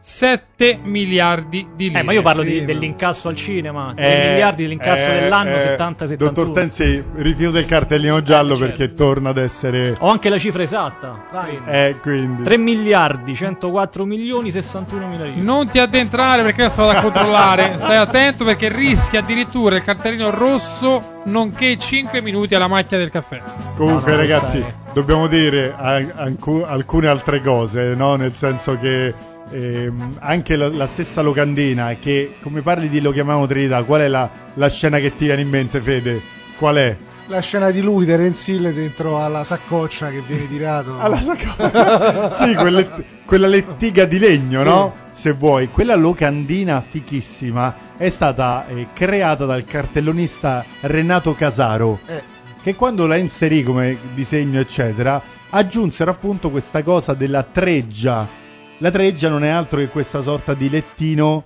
Speaker 6: 7 miliardi di lire.
Speaker 8: Eh, ma io parlo
Speaker 7: sì,
Speaker 8: di-
Speaker 7: ma-
Speaker 8: dell'incasso al cinema. 3
Speaker 5: Eh,
Speaker 8: miliardi dell'incasso
Speaker 5: eh,
Speaker 8: dell'anno
Speaker 5: eh,
Speaker 8: 70-71.
Speaker 5: Dottor Tenzi rifiuta il cartellino giallo
Speaker 8: certo. Oh.
Speaker 5: perché torna ad essere...
Speaker 8: Ho anche la cifra esatta.
Speaker 7: Vai.
Speaker 5: Eh, quindi...
Speaker 8: 3 miliardi 104 milioni 61 mila lire.
Speaker 6: Non ti addentrare perché adesso vado a controllare. Stai attento perché rischi addirittura il cartellino rosso nonché 5 minuti alla macchia del caffè.
Speaker 5: Comunque,
Speaker 8: No, no,
Speaker 5: ragazzi,
Speaker 8: questa
Speaker 5: dobbiamo dire an- ancu- alcune altre cose, no? Nel senso che ehm, anche la, la stessa locandina, che come parli di lo chiamiamo Trinità, qual è la, la scena che ti viene in mente, Fede? Qual è?
Speaker 7: La scena di lui, Terence Hill, dentro alla saccoccia che viene tirato.
Speaker 5: Alla sacca- sì, quelle- quella lettiga di legno, no? Se vuoi, quella locandina fichissima è stata eh, creata dal cartellonista Renato Casaro.
Speaker 7: Eh.
Speaker 5: che quando la inserì come disegno, eccetera, aggiunsero appunto questa cosa della treggia. La treggia non è altro che questa sorta di lettino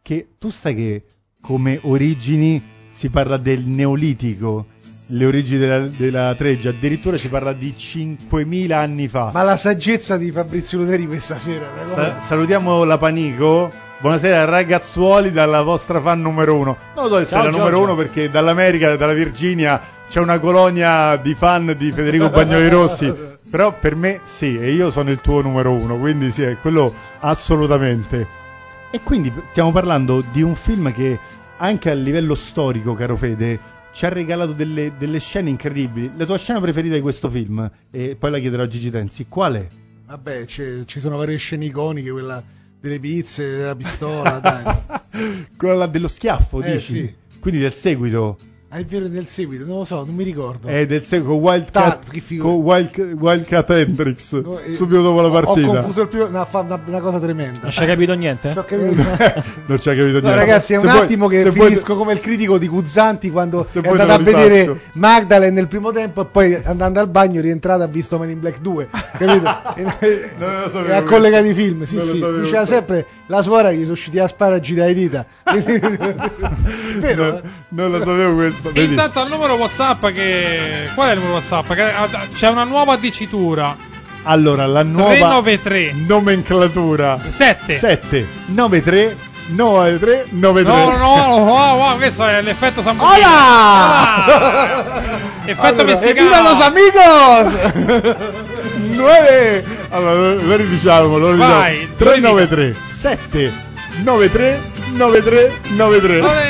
Speaker 5: che tu sai che come origini si parla del neolitico, le origini della, della treggia, addirittura si parla di 5000 anni fa.
Speaker 7: Ma la saggezza di Fabrizio Luteri questa sera, raga.
Speaker 5: Sa- salutiamo la Panico. Buonasera ragazzuoli dalla vostra fan numero uno. Non lo so se
Speaker 8: Ciao,
Speaker 5: è la numero
Speaker 8: Giorgio.
Speaker 5: uno perché dall'America, dalla Virginia c'è una colonia di fan di Federico Bagnoli Rossi. Però per me sì, e io sono il tuo numero uno, quindi sì, è quello assolutamente. E quindi stiamo parlando di un film che anche a livello storico, caro Fede, ci ha regalato delle, delle scene incredibili. La tua scena preferita di questo film, e poi la chiederò a Gigi Tensi, qual è?
Speaker 7: Vabbè, c'è- ci sono varie scene iconiche, quella delle pizze, della pistola, dai.
Speaker 5: Quella dello schiaffo,
Speaker 7: Eh,
Speaker 5: dici?
Speaker 7: sì.
Speaker 5: Quindi del seguito.
Speaker 7: Ah, è vero del seguito, non lo so, non mi ricordo.
Speaker 5: È del seguito con Wildcat,
Speaker 7: Ta- che figura.
Speaker 5: con Wild- Wildcat Hendrix,
Speaker 7: No, eh,
Speaker 5: subito dopo la
Speaker 7: ho- Ho
Speaker 5: partita.
Speaker 7: confuso il primo, no, fa una, una cosa tremenda.
Speaker 8: Non ci hai capito niente?
Speaker 7: Ci ho capito.
Speaker 5: non ci ha capito niente.
Speaker 7: No, ragazzi, è
Speaker 5: Se
Speaker 7: un
Speaker 5: vuoi-
Speaker 7: attimo che
Speaker 5: se vuoi-
Speaker 7: finisco come il critico di Guzzanti quando
Speaker 5: Se
Speaker 7: è
Speaker 5: vuoi te
Speaker 7: andato a
Speaker 5: lo rifaccio.
Speaker 7: vedere Magdalene nel primo tempo e poi andando al bagno è rientrato e ha visto Man in Black 2, capito? E-
Speaker 5: Non lo sapevo
Speaker 7: e ha
Speaker 5: questo.
Speaker 7: collegato i film, sì
Speaker 5: Non lo
Speaker 7: sì,
Speaker 5: sapevo
Speaker 7: diceva
Speaker 5: questo.
Speaker 7: sempre la suora gli sono usciti asparagi dalle dita. Vero?
Speaker 5: No, non lo sapevo
Speaker 6: Eh,
Speaker 5: questo. Vedi?
Speaker 6: Intanto al numero WhatsApp che. Qual è il numero WhatsApp? Che- ah, C'è una nuova dicitura:
Speaker 5: Allora, la nuova
Speaker 6: 393
Speaker 5: nomenclatura
Speaker 6: 7.
Speaker 5: 7 93 93 93.
Speaker 6: No, no, no, no, no, questo è l'effetto San Martino. Effetto messicano.
Speaker 7: Viva los amigos!
Speaker 5: 9 Allora, lo ridiciamo, lo ridiciamo.
Speaker 6: Vai, lo
Speaker 5: 393 7 93 93 93.
Speaker 6: Olè!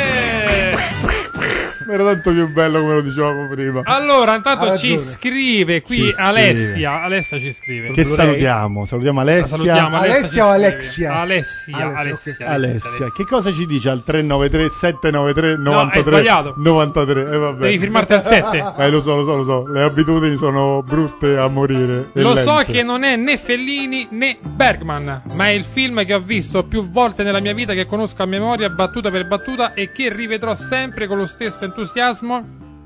Speaker 5: Era tanto più bello come lo dicevamo prima.
Speaker 6: Allora, intanto
Speaker 7: Ha
Speaker 6: ci
Speaker 7: ragione.
Speaker 6: scrive qui
Speaker 5: Ci scrive.
Speaker 6: Alessia. Alessia ci scrive.
Speaker 5: Che salutiamo, salutiamo
Speaker 6: La
Speaker 5: Alessia.
Speaker 6: salutiamo
Speaker 7: Alessia
Speaker 6: ci
Speaker 7: o
Speaker 6: scrive.
Speaker 7: Alexia?
Speaker 6: Alessia,
Speaker 7: Alessia,
Speaker 6: Alessia,
Speaker 7: ok.
Speaker 5: Alessia, che cosa ci dice al 393 793
Speaker 6: hai
Speaker 5: 93
Speaker 6: sbagliato.
Speaker 5: 93? Eh, vabbè.
Speaker 6: Devi firmarti al 7.
Speaker 5: Eh, lo so, lo so, lo so. Le abitudini sono brutte a morire. e
Speaker 6: Lo
Speaker 5: lente.
Speaker 6: so che non è né Fellini né Bergman, ma è il film che ho visto più volte nella mia vita, che conosco a memoria, battuta per battuta, e che rivedrò sempre con lo stesso entusiasmo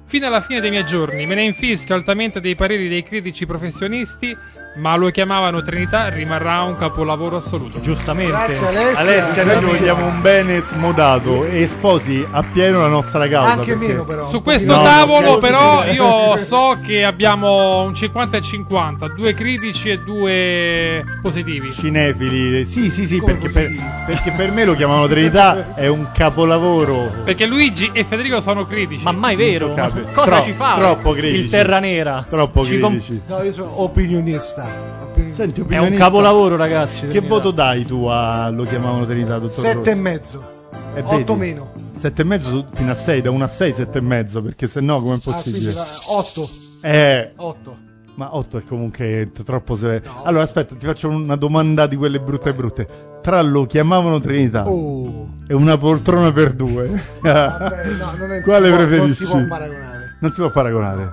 Speaker 6: fino alla fine dei miei giorni. Me ne infischio altamente dei pareri dei critici professionisti, ma lo chiamavano Trinità, rimarrà un capolavoro assoluto.
Speaker 8: Giustamente.
Speaker 7: Grazie Alessia.
Speaker 5: Alessia, noi ti vogliamo un bene smodato e sposi appieno la nostra causa.
Speaker 7: Anche
Speaker 5: perché-
Speaker 7: meno però.
Speaker 6: Su
Speaker 7: un
Speaker 6: questo
Speaker 5: No,
Speaker 7: pochino.
Speaker 6: tavolo,
Speaker 5: ok.
Speaker 6: però, io so che abbiamo un 50 e 50, due critici e due positivi.
Speaker 5: Cinefili, eh, sì, sì, sì,
Speaker 7: Come
Speaker 5: perché
Speaker 7: così?
Speaker 5: per, perché per me lo chiamano Trinità, è un capolavoro.
Speaker 6: Perché Luigi e Federico sono critici.
Speaker 8: Ma mai vero? Ma
Speaker 5: Intoccabil-
Speaker 8: cosa
Speaker 5: Tro-
Speaker 8: ci fa?
Speaker 5: troppo critici.
Speaker 8: Il Terra Nera.
Speaker 5: Troppo
Speaker 8: Ci com-
Speaker 5: critici.
Speaker 7: No, io sono opinionista. Opinionista.
Speaker 5: Senti,
Speaker 8: È un
Speaker 5: opinionista,
Speaker 8: capolavoro, ragazzi.
Speaker 5: Che
Speaker 8: Terra
Speaker 5: voto
Speaker 8: Nera.
Speaker 5: dai tu a lo chiamavano Trinità, dottor
Speaker 7: Sette e
Speaker 5: Rossi?
Speaker 7: mezzo.
Speaker 5: Eh, vedi?
Speaker 7: Otto meno.
Speaker 5: 7 e mezzo su- fino a 6, da 1 a 6, 7 e mezzo, perché sennò com'è
Speaker 7: Ah, quindi,
Speaker 5: possibile?
Speaker 7: eh, otto.
Speaker 5: Eh,
Speaker 7: Otto.
Speaker 5: ma 8 è comunque t- troppo severo.
Speaker 7: No.
Speaker 5: Allora, aspetta, ti faccio una domanda di quelle brutte brutte. Tra lo chiamavano Trinità
Speaker 7: Oh.
Speaker 5: e una poltrona per due.
Speaker 7: Vabbè, no, non è-
Speaker 5: Quale
Speaker 7: non si può-
Speaker 5: preferisci?
Speaker 7: Non si può paragonare.
Speaker 5: Non si può paragonare.
Speaker 7: No,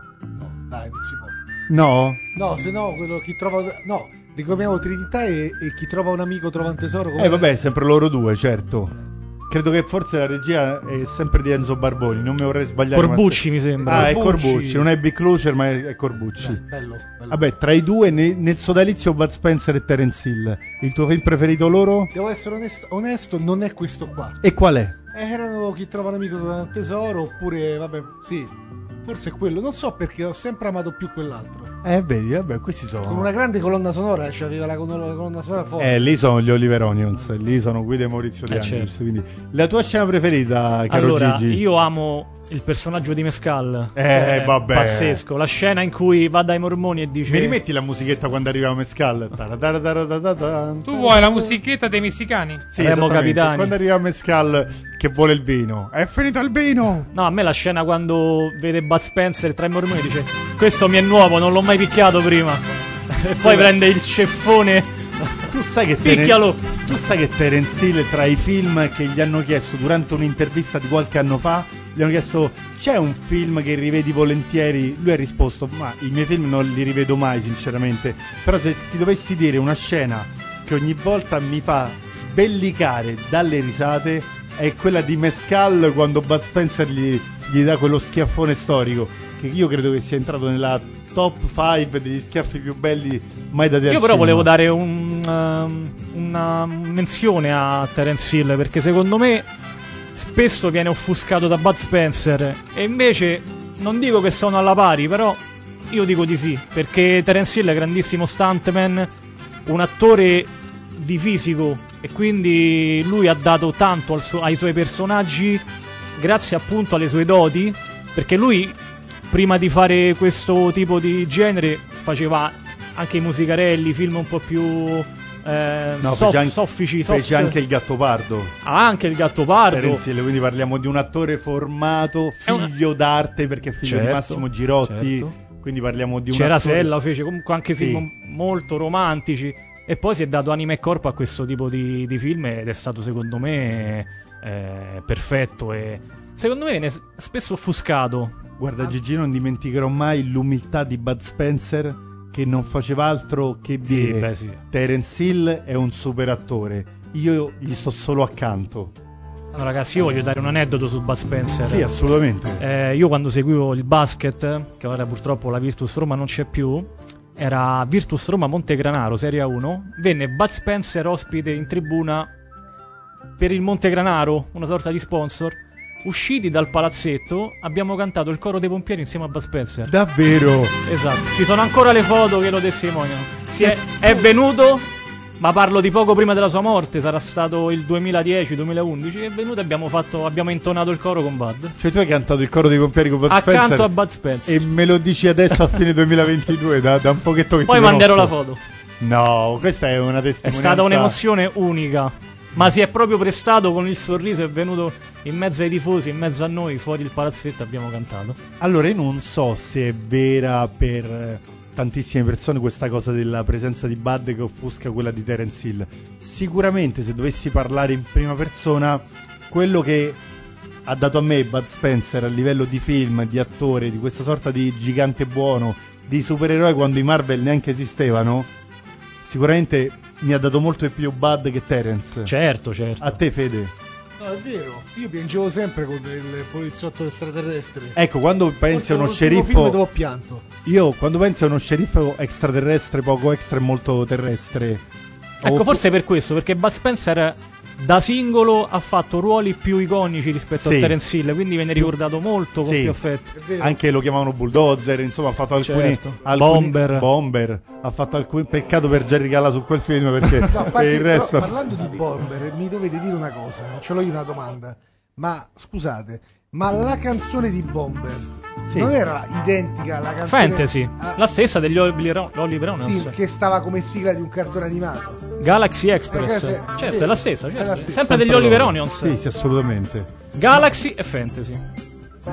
Speaker 7: dai, non si può.
Speaker 5: No?
Speaker 7: No, se no, quello chi trova. No, ricordiamo Trinità e, e chi trova un amico trova un tesoro. come-
Speaker 5: Eh vabbè, sempre loro due, certo. Credo che forse la regia è sempre di Enzo Barboni, non mi vorrei sbagliare. ma se-
Speaker 8: Corbucci, mi sembra.
Speaker 5: Ah, è
Speaker 7: Corbucci.
Speaker 5: Corbucci, non è Big Closer, ma è è Corbucci.
Speaker 7: Dai, Eh, bello, bello.
Speaker 5: Vabbè, tra i due, ne- nel sodalizio Bud Spencer e Terence Hill, il tuo film preferito loro?
Speaker 7: Devo essere onest- onesto, non è questo qua.
Speaker 5: E qual è?
Speaker 7: Erano chi trova un amico trova un tesoro, oppure, vabbè, sì. Forse è quello. Non so perché ho sempre amato più quell'altro.
Speaker 5: Eh, vedi, vabbè, questi
Speaker 7: Con
Speaker 5: sono...
Speaker 7: una grande colonna sonora, cioè aveva la, con- la colonna sonora forte.
Speaker 5: Eh, lì sono gli Oliver Onions, lì sono Guido e Maurizio De
Speaker 8: Eh,
Speaker 5: Angelis,
Speaker 8: certo.
Speaker 5: quindi... La tua scena preferita, eh, caro
Speaker 8: Allora,
Speaker 5: Gigi?
Speaker 8: io amo il personaggio di Mescal.
Speaker 5: Eh,
Speaker 8: Cioè,
Speaker 5: vabbè.
Speaker 8: Pazzesco. La scena in cui va dai mormoni e dice...
Speaker 5: Mi rimetti la musichetta quando arriviamo a Mescal? Tarataratatata.
Speaker 6: Tu vuoi la musichetta dei messicani?
Speaker 5: Sì,
Speaker 8: Remo
Speaker 5: esattamente.
Speaker 8: Capitani.
Speaker 5: Quando arriva Mescal che vuole il vino. È finito il vino!
Speaker 8: No, a me la scena quando vede Bud Spencer tra i mormoni e dice Questo mi è nuovo, non l'ho mai picchiato prima. E poi prende il ceffone.
Speaker 5: Tu sai che
Speaker 8: Picchialo!
Speaker 5: Terence- tu sai che Terence Hill tra i film che gli hanno chiesto durante un'intervista di qualche anno fa, gli hanno chiesto "C'è un film che rivedi volentieri?" Lui ha risposto "Ma i miei film non li rivedo mai, sinceramente, però se ti dovessi dire una scena che ogni volta mi fa sbellicare dalle risate è quella di Mescal quando Bud Spencer gli, gli dà quello schiaffone storico che io credo che sia entrato nella top 5 degli schiaffi più belli mai dati al
Speaker 8: Io però
Speaker 5: cinema.
Speaker 8: volevo dare un, ehm, una menzione a Terence Hill perché secondo me spesso viene offuscato da Bud Spencer e invece non dico che sono alla pari, però io dico di sì perché Terence Hill è grandissimo stuntman, un attore di fisico e quindi lui ha dato tanto al suo- ai suoi personaggi grazie appunto alle sue doti perché lui prima di fare questo tipo di genere faceva anche musicarelli, film un po' più eh,
Speaker 5: No,
Speaker 8: soft-
Speaker 5: fece anche,
Speaker 8: soffici,
Speaker 5: fece
Speaker 8: soft.
Speaker 5: anche il Gattopardo.
Speaker 8: Ah, anche il Gattopardo.
Speaker 5: Terenzile, quindi parliamo di un attore formato, figlio d'arte perché è figlio
Speaker 8: Certo,
Speaker 5: di Massimo Girotti.
Speaker 8: certo.
Speaker 5: Quindi parliamo di un
Speaker 8: C'era
Speaker 5: attore-
Speaker 8: Sella, fece comunque anche
Speaker 5: Sì.
Speaker 8: film molto romantici. E poi si è dato anima e corpo a questo tipo di, di film ed è stato secondo me eh, perfetto e secondo me viene s- spesso offuscato.
Speaker 5: Guarda Gigi, non dimenticherò mai l'umiltà di Bud Spencer che non faceva altro che
Speaker 8: Sì,
Speaker 5: dire
Speaker 8: beh, sì.
Speaker 5: Terence Hill è un super attore, io gli sto solo accanto.
Speaker 8: Allora, ragazzi, io voglio dare un aneddoto su Bud Spencer.
Speaker 5: Sì, assolutamente.
Speaker 8: Eh, io quando seguivo il basket, che ora purtroppo la Virtus Roma non c'è più, era Virtus Roma Montegranaro, Serie 1, venne Bud Spencer ospite in tribuna per il Montegranaro, una sorta di sponsor. Usciti dal palazzetto abbiamo cantato il coro dei pompieri insieme a Bud Spencer.
Speaker 5: Davvero.
Speaker 8: Esatto, ci sono ancora le foto che lo testimoniano. Si è, è venuto, ma parlo di poco prima della sua morte, sarà stato il 2010-2011, è venuto e abbiamo, fatto, abbiamo intonato il coro con Bud.
Speaker 5: Cioè tu hai cantato il coro dei pompieri con Bud
Speaker 8: Accanto
Speaker 5: Spencer
Speaker 8: a Bud Spencer.
Speaker 5: e me lo dici adesso a fine 2022, da, da un pochetto che
Speaker 8: Poi
Speaker 5: ti
Speaker 8: manderò la
Speaker 5: conosco.
Speaker 8: foto.
Speaker 5: No, questa è una
Speaker 8: È
Speaker 5: testimonianza.
Speaker 8: stata un'emozione unica. Ma si è proprio prestato con il sorriso, è venuto in mezzo ai tifosi, in mezzo a noi, fuori il palazzetto abbiamo cantato.
Speaker 5: Allora, io non so se è vera per eh, tantissime persone questa cosa della presenza di Bud che offusca quella di Terence Hill. Sicuramente, se dovessi parlare in prima persona, quello che ha dato a me Bud Spencer a livello di film, di attore, di questa sorta di gigante buono, di supereroe quando i Marvel neanche esistevano, sicuramente mi ha dato molto di più Bud che Terence.
Speaker 8: Certo, certo.
Speaker 5: A te, Fede.
Speaker 7: No, è vero. Io piangevo sempre con il poliziotto extraterrestre.
Speaker 5: Ecco, quando pensi
Speaker 7: Forse
Speaker 5: a uno
Speaker 7: l'ultimo film
Speaker 5: sceriffo...
Speaker 7: dove ho pianto.
Speaker 5: Io quando penso a uno sceriffo extraterrestre, poco extra e molto terrestre.
Speaker 8: Ecco,
Speaker 5: o-
Speaker 8: forse per questo, perché Bud Spencer da singolo ha fatto ruoli più iconici rispetto
Speaker 5: Sì.
Speaker 8: a Terence Hill, quindi viene ricordato molto con
Speaker 5: Sì.
Speaker 8: più affetto.
Speaker 7: È vero.
Speaker 5: Anche lo chiamavano bulldozer, insomma, ha fatto alcuni,
Speaker 8: Certo.
Speaker 5: alcuni-
Speaker 8: Bomber.
Speaker 5: Bomber, ha fatto alcuni peccato per Jerry Gala su quel film perché
Speaker 7: No, a
Speaker 5: per
Speaker 7: parte-
Speaker 5: il
Speaker 7: però,
Speaker 5: resto
Speaker 7: parlando di Bomber, mi dovete dire una cosa. Ce l'ho io una domanda. Ma scusate, ma la canzone di Bomber
Speaker 5: Sì.
Speaker 7: non era identica alla canzone
Speaker 8: Fantasy,
Speaker 7: a-
Speaker 8: la stessa degli Oliver Oliver Owens.
Speaker 7: sì, che stava come sigla di un cartone animato.
Speaker 8: Galaxy Express.
Speaker 7: Eh, sì.
Speaker 8: Certo, è la stessa,
Speaker 7: È
Speaker 8: certo.
Speaker 7: la stessa.
Speaker 8: sempre degli Oliver Onions.
Speaker 5: Sì, sì, assolutamente.
Speaker 8: Galaxy e Fantasy.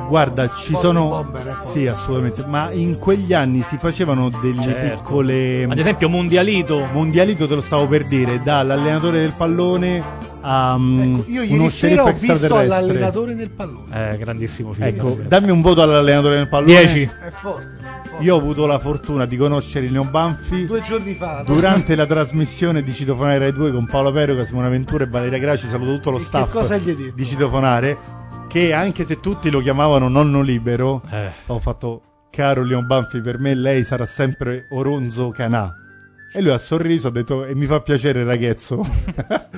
Speaker 5: Guarda, ci
Speaker 7: Bomber,
Speaker 5: sono
Speaker 7: Bomber, eh, forte.
Speaker 5: Sì, assolutamente, ma in quegli anni si facevano delle
Speaker 8: Certo.
Speaker 5: piccole
Speaker 8: Ad esempio Mondialito,
Speaker 5: Mondialito te lo stavo per dire, dall'allenatore del pallone a mm,
Speaker 7: Ecco, io
Speaker 5: uno
Speaker 7: ieri sera
Speaker 5: sceriffo
Speaker 7: ho visto
Speaker 5: extraterrestre.
Speaker 7: l'allenatore nel pallone.
Speaker 8: Eh, grandissimo film.
Speaker 5: Ecco,
Speaker 8: Sì.
Speaker 5: dammi un voto all'allenatore del pallone.
Speaker 8: 10.
Speaker 7: È forte. forte.
Speaker 5: Io ho avuto la fortuna di conoscere il Leon Banfi
Speaker 7: due giorni fa no?
Speaker 5: durante la trasmissione di Citofonare Rai 2 con Paolo Peroca, Simona Ventura e Valeria Graci. Saluto tutto lo
Speaker 7: E che
Speaker 5: staff
Speaker 7: cosa gli hai detto?
Speaker 5: di Citofonare. Che anche se tutti lo chiamavano nonno libero,
Speaker 8: Eh.
Speaker 5: ho fatto caro Leon Banfi, per me lei sarà sempre Oronzo Canà. E lui ha sorriso, ha detto e mi fa piacere ragazzo.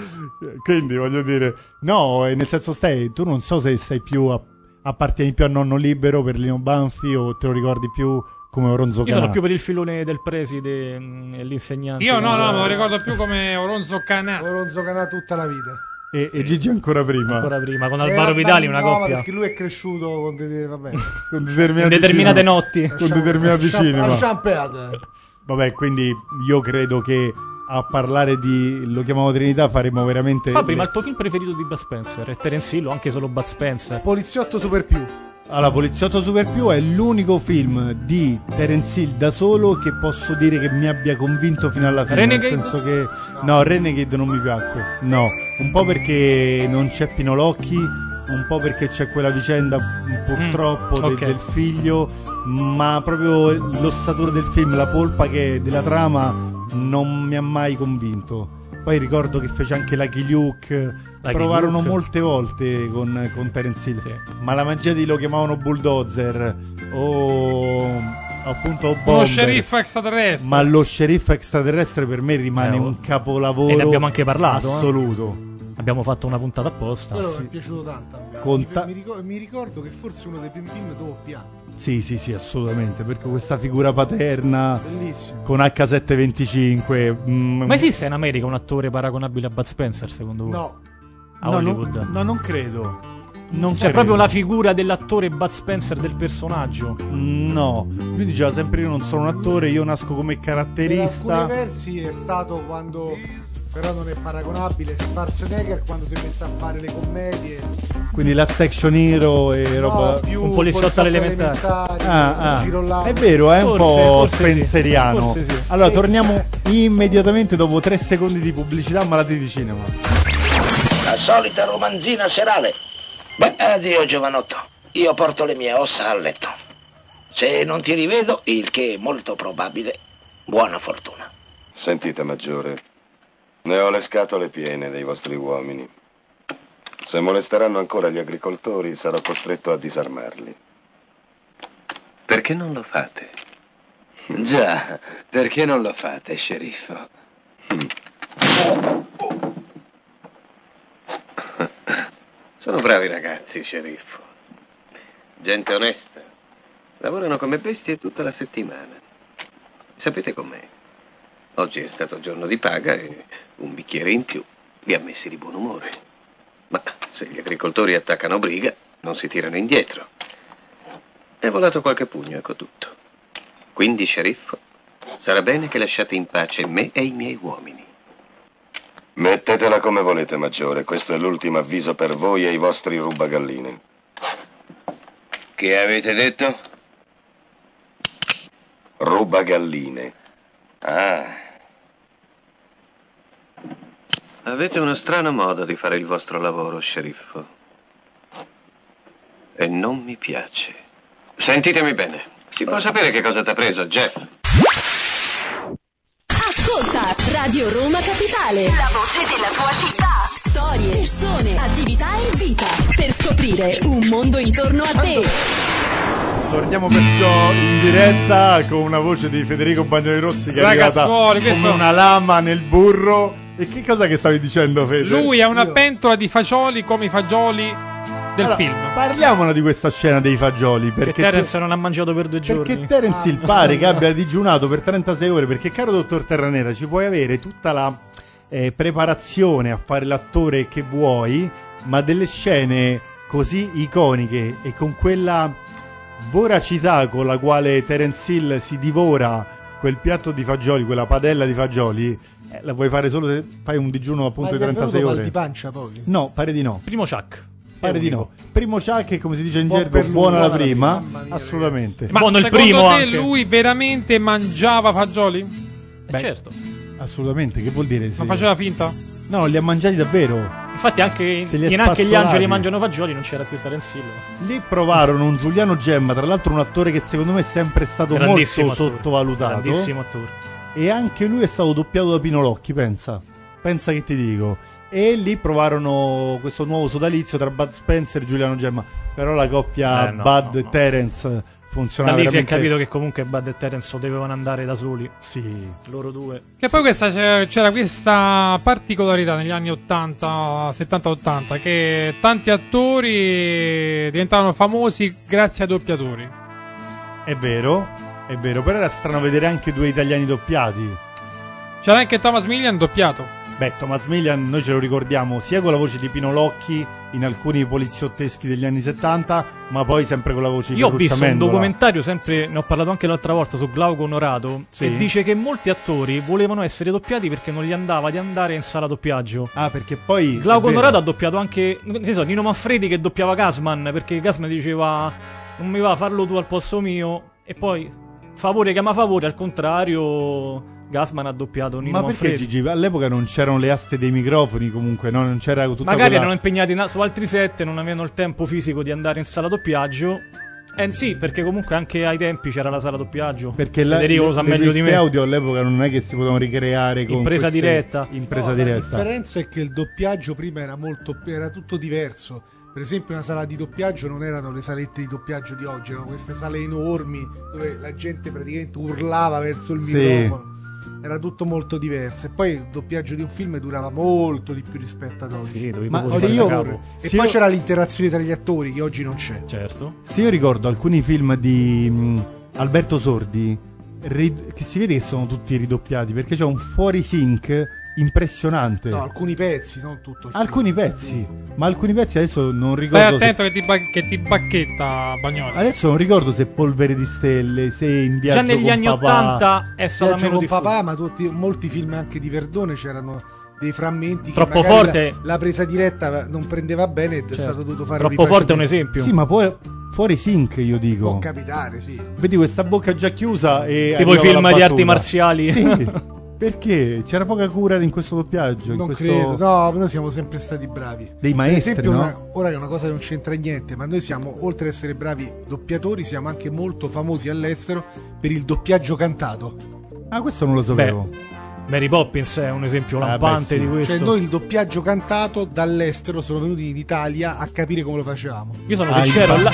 Speaker 5: Quindi voglio dire, no, eh, nel senso stai, tu non so se sei più a- appartieni più a nonno libero per Leon Banfi o te lo ricordi più come Oronzo
Speaker 8: Io
Speaker 5: Canà.
Speaker 8: sono più per il filone del preside mm, e l'insegnante.
Speaker 6: Io no, no,
Speaker 8: Eh,
Speaker 6: me lo ricordo più come Oronzo Canà.
Speaker 7: Lorenzo Canà tutta la vita.
Speaker 5: E, e Gigi ancora prima.
Speaker 8: Ancora prima, con
Speaker 7: Eh,
Speaker 8: Alvaro
Speaker 7: vabbè,
Speaker 8: Vitali, una
Speaker 7: no, ma
Speaker 8: coppia.
Speaker 7: Perché lui è cresciuto con dei, vabbè,
Speaker 5: Con determinati
Speaker 8: Indeterminate
Speaker 5: cinema.
Speaker 8: notti.
Speaker 5: Con determinati
Speaker 7: A
Speaker 5: cinema.
Speaker 7: Champeade.
Speaker 5: Vabbè, quindi io credo che a parlare di lo chiamavo Trinità faremo veramente
Speaker 8: Fabri, ma
Speaker 5: le-
Speaker 8: il tuo film preferito di Bud Spencer? È Terence Hill o anche solo Bud Spencer?
Speaker 7: Poliziotto super più.
Speaker 5: Allora, Poliziotto Super Più è l'unico film di Terence Hill da solo che posso dire che mi abbia convinto fino alla fine.
Speaker 8: Renegade?
Speaker 5: Nel senso che. No, Renegade non mi piacque. No. Un po' perché non c'è Pinolocchi, un po' perché c'è quella vicenda mh, purtroppo de-
Speaker 8: Mm, ok.
Speaker 5: del figlio, ma proprio l'ossatura del film, la polpa che- della trama non mi ha mai convinto. Poi ricordo che fece anche Lucky Luke.
Speaker 8: Lucky
Speaker 5: Provarono
Speaker 8: Luke.
Speaker 5: molte volte con, con Terence Hill.
Speaker 8: Sì.
Speaker 5: Ma la magia di lo chiamavano bulldozer o appunto bomber.
Speaker 6: Uno sceriffo extraterrestre.
Speaker 5: Ma lo sceriffo extraterrestre per me rimane
Speaker 8: Eh, oh.
Speaker 5: un capolavoro
Speaker 8: E ne abbiamo anche parlato, eh.
Speaker 5: assoluto.
Speaker 8: Abbiamo fatto una puntata apposta.
Speaker 7: Quello
Speaker 5: sì.
Speaker 7: mi è piaciuto tanto. a me.
Speaker 5: Con
Speaker 7: Mi-
Speaker 5: ta-
Speaker 7: mi, ricordo, mi ricordo che forse uno dei primi film dove ho pianto.
Speaker 5: Sì, sì, sì, assolutamente, perché questa figura paterna
Speaker 7: Bellissimo.
Speaker 5: con H725 mm,
Speaker 8: Ma esiste in America un attore paragonabile a Bud Spencer, secondo voi?
Speaker 7: No,
Speaker 8: A
Speaker 5: no,
Speaker 8: Hollywood?
Speaker 5: non- no, non credo. Non
Speaker 8: Cioè,
Speaker 5: credo.
Speaker 8: proprio la figura dell'attore Bud Spencer del personaggio.
Speaker 5: No, lui diceva sempre io non sono un attore, io nasco come
Speaker 7: Per alcuni
Speaker 5: caratterista.
Speaker 7: versi è stato quando, però non è paragonabile, Schwarzenegger quando si è messo a fare le commedie.
Speaker 5: Quindi last action hero e roba...
Speaker 7: No, più
Speaker 8: Un poliziotto
Speaker 7: poliziotto
Speaker 8: elementare.
Speaker 7: elementare,
Speaker 5: Ah,
Speaker 7: giro là.
Speaker 5: ah. È vero, è
Speaker 8: Forse,
Speaker 5: un po'
Speaker 8: forse sì.
Speaker 5: spenseriano.
Speaker 8: Forse sì.
Speaker 5: Allora, torniamo immediatamente dopo tre secondi di pubblicità malati di cinema.
Speaker 9: La solita romanzina serale. Beh, addio giovanotto. Io porto le mie ossa a letto. Se non ti rivedo, il che è molto probabile, buona fortuna.
Speaker 10: Sentite, maggiore, ne ho le scatole piene dei vostri uomini. Se molesteranno ancora gli agricoltori, sarò costretto a disarmarli.
Speaker 11: Perché non lo fate?
Speaker 4: Già, perché non lo fate, sceriffo?
Speaker 11: Sono bravi ragazzi, sceriffo. Gente onesta. Lavorano come bestie tutta la settimana. Sapete com'è? Oggi è stato giorno di paga e un bicchiere in più li ha messi di buon umore. Ma se gli agricoltori attaccano briga, non si tirano indietro. È volato qualche pugno, ecco tutto. Quindi, sceriffo, sarà bene che lasciate in pace me e i miei uomini.
Speaker 10: Mettetela come volete, maggiore. Questo è l'ultimo avviso per voi e i vostri rubagalline.
Speaker 11: Che avete detto?
Speaker 10: Rubagalline.
Speaker 11: Ah. Avete uno strano modo di fare il vostro lavoro, sceriffo. E non mi piace. Sentitemi bene. Si può sapere che cosa t'ha preso, Jeff?
Speaker 12: Ascolta Radio Roma Capitale. La voce della tua città. Storie, persone, attività e vita. Per scoprire un mondo intorno a te.
Speaker 5: Torniamo perciò in diretta con una voce di Federico Bagnoli Rossi che è arrivata
Speaker 6: Ragazzuoli,
Speaker 5: come
Speaker 6: questo-
Speaker 5: una lama nel burro. E che cosa che stavi dicendo, Fede?
Speaker 6: Lui è una pentola di fagioli come i fagioli del
Speaker 5: Allora,
Speaker 6: film.
Speaker 5: Parliamola di questa scena dei fagioli
Speaker 8: Che
Speaker 5: perché
Speaker 8: Terence non ha mangiato per due giorni. Ah.
Speaker 5: Perché Terence
Speaker 7: Ah.
Speaker 5: Hill pare che abbia digiunato per 36 ore? Perché, caro dottor Terranera, ci puoi avere tutta la eh, preparazione a fare l'attore che vuoi, ma delle scene così iconiche e con quella voracità con la quale Terence Hill si divora quel piatto di fagioli, quella padella di fagioli, eh, la puoi fare solo se fai un digiuno appunto di
Speaker 7: Ma gli è venuto
Speaker 5: 36
Speaker 7: mal
Speaker 5: ore.
Speaker 7: di pancia poi.
Speaker 5: No, pare di no.
Speaker 8: Primo Chuck.
Speaker 5: Pare di no. Primo Chuck, come si dice in
Speaker 7: Buon
Speaker 5: gergo,
Speaker 7: per lui,
Speaker 5: buona la
Speaker 7: buona la
Speaker 5: prima.
Speaker 7: prima, mamma mia,
Speaker 5: Assolutamente.
Speaker 8: Ma buono il
Speaker 6: secondo
Speaker 8: primo
Speaker 6: te
Speaker 8: anche.
Speaker 6: lui veramente mangiava fagioli?
Speaker 8: Eh,
Speaker 5: Beh,
Speaker 8: certo.
Speaker 5: Assolutamente, che vuol dire? se-
Speaker 6: Non faceva finta?
Speaker 5: No, li ha mangiati davvero.
Speaker 8: Infatti anche
Speaker 5: Se li ha
Speaker 8: in anche gli
Speaker 5: spazzolati.
Speaker 8: angeli mangiano fagioli non c'era più Terence Hill.
Speaker 5: Lì provarono un Giuliano Gemma, tra l'altro un attore che secondo me è sempre stato molto
Speaker 8: Grandissimo attore.
Speaker 5: sottovalutato.
Speaker 8: Grandissimo attore.
Speaker 5: E anche lui è stato doppiato da Pinolocchi, pensa. Pensa che ti dico. E lì provarono questo nuovo sodalizio tra Bud Spencer e Giuliano Gemma. Però la coppia
Speaker 8: Eh, no,
Speaker 5: Bud
Speaker 8: no, no.
Speaker 5: Terence funzionava
Speaker 8: Da lì si è
Speaker 5: veramente...
Speaker 8: capito che comunque Bud e Terence dovevano andare da soli.
Speaker 5: Sì.
Speaker 8: Loro due.
Speaker 6: Che poi questa, c'era c'era questa particolarità negli anni 80, 70-80 che tanti attori diventavano famosi grazie a doppiatori.
Speaker 5: È vero, è vero. Però era strano vedere anche due italiani doppiati.
Speaker 6: C'era anche Thomas Millian doppiato.
Speaker 5: Beh, Thomas Millian noi ce lo ricordiamo sia con la voce di Pino Locchi in alcuni poliziotteschi degli anni 70, ma poi sempre con la voce di
Speaker 8: Io ho
Speaker 5: Ferruccio
Speaker 8: visto un
Speaker 5: Amendola.
Speaker 8: documentario, sempre ne ho parlato anche l'altra volta su Glauco Onorato,
Speaker 5: Sì.
Speaker 8: e dice che molti attori volevano essere doppiati perché non gli andava di andare in sala doppiaggio.
Speaker 5: Ah, perché poi...
Speaker 8: Glauco
Speaker 5: è vero.
Speaker 8: Onorato ha doppiato anche, ne so, Nino Manfredi che doppiava Gasman perché Gasman diceva non mi va farlo tu al posto mio e poi favore chiama favore, al contrario Gasman ha doppiato Nino
Speaker 5: Ma perché
Speaker 8: Manfredi.
Speaker 5: Gigi? All'epoca non c'erano le aste dei microfoni comunque, no? Non c'era tutta
Speaker 8: Magari
Speaker 5: quella...
Speaker 8: erano impegnati in- su altri set, non avevano il tempo fisico di andare in sala doppiaggio. Eh sì, perché comunque anche ai tempi c'era la sala doppiaggio.
Speaker 5: Perché la,
Speaker 8: Federico lo sa
Speaker 5: le
Speaker 8: meglio di
Speaker 5: piste
Speaker 8: me.
Speaker 5: audio all'epoca non è che si potevano ricreare con
Speaker 8: In presa
Speaker 5: queste-
Speaker 8: diretta.
Speaker 5: In presa
Speaker 7: No, La
Speaker 5: diretta.
Speaker 7: differenza è che il doppiaggio prima era molto era tutto diverso. Per esempio, una sala di doppiaggio non erano le salette di doppiaggio di oggi, erano queste sale enormi dove la gente praticamente urlava verso il
Speaker 5: Sì.
Speaker 7: microfono. Era tutto molto diverso. E poi il doppiaggio di un film durava molto di più rispetto ad oggi.
Speaker 8: Sì, dovevi
Speaker 5: Ma
Speaker 8: proprio
Speaker 5: se
Speaker 8: fare
Speaker 5: io-
Speaker 8: capo.
Speaker 7: E
Speaker 5: Sì,
Speaker 7: poi
Speaker 5: io-
Speaker 7: c'era l'interazione tra gli attori che oggi non c'è.
Speaker 8: Certo.
Speaker 5: Se io ricordo alcuni film di mm, mh, Alberto Sordi, ri- che si vede che sono tutti ridoppiati perché c'è un fuori sync impressionante.
Speaker 7: No, alcuni pezzi, non tutto il
Speaker 5: Alcuni pezzi, ma alcuni pezzi adesso non
Speaker 6: Stai
Speaker 5: ricordo. se-
Speaker 6: attento che ti, ba- che ti bacchetta Bagnoli.
Speaker 5: Adesso non ricordo se Polvere di Stelle, se in viaggio con papà.
Speaker 7: è
Speaker 6: stata meno
Speaker 7: con
Speaker 6: diffusa.
Speaker 7: papà, ma tutti- molti film anche di Verdone c'erano dei frammenti
Speaker 8: Troppo
Speaker 7: che magari
Speaker 8: forte.
Speaker 7: la, la presa diretta non prendeva bene ed è stato dovuto fare
Speaker 5: Certo. Troppo
Speaker 7: rifacimento.
Speaker 5: forte è un esempio. Sì, ma poi fuori sync io dico.
Speaker 7: può capitare, sì.
Speaker 5: Vedi questa bocca già chiusa e
Speaker 8: Tipo i
Speaker 5: arriva
Speaker 8: film
Speaker 5: la
Speaker 8: di
Speaker 5: battuta.
Speaker 8: arti marziali.
Speaker 5: Sì. Perché c'era poca cura in questo doppiaggio, in
Speaker 7: Non
Speaker 5: questo-
Speaker 7: credo, no, noi siamo sempre stati bravi.
Speaker 5: Dei maestri,
Speaker 7: Per esempio,
Speaker 5: no?
Speaker 7: una- ora che è una cosa che non c'entra niente, ma noi siamo, oltre ad essere bravi doppiatori, siamo anche molto famosi all'estero per il doppiaggio cantato. Cioè,
Speaker 5: Ah, questo non lo sapevo.
Speaker 8: Mary Poppins è un esempio
Speaker 5: Ah, beh,
Speaker 8: lampante
Speaker 5: sì.
Speaker 8: di questo.
Speaker 7: Cioè, noi il doppiaggio cantato dall'estero sono venuti in Italia a capire come lo facevamo.
Speaker 8: Io sono
Speaker 5: Ah,
Speaker 8: sincero, la-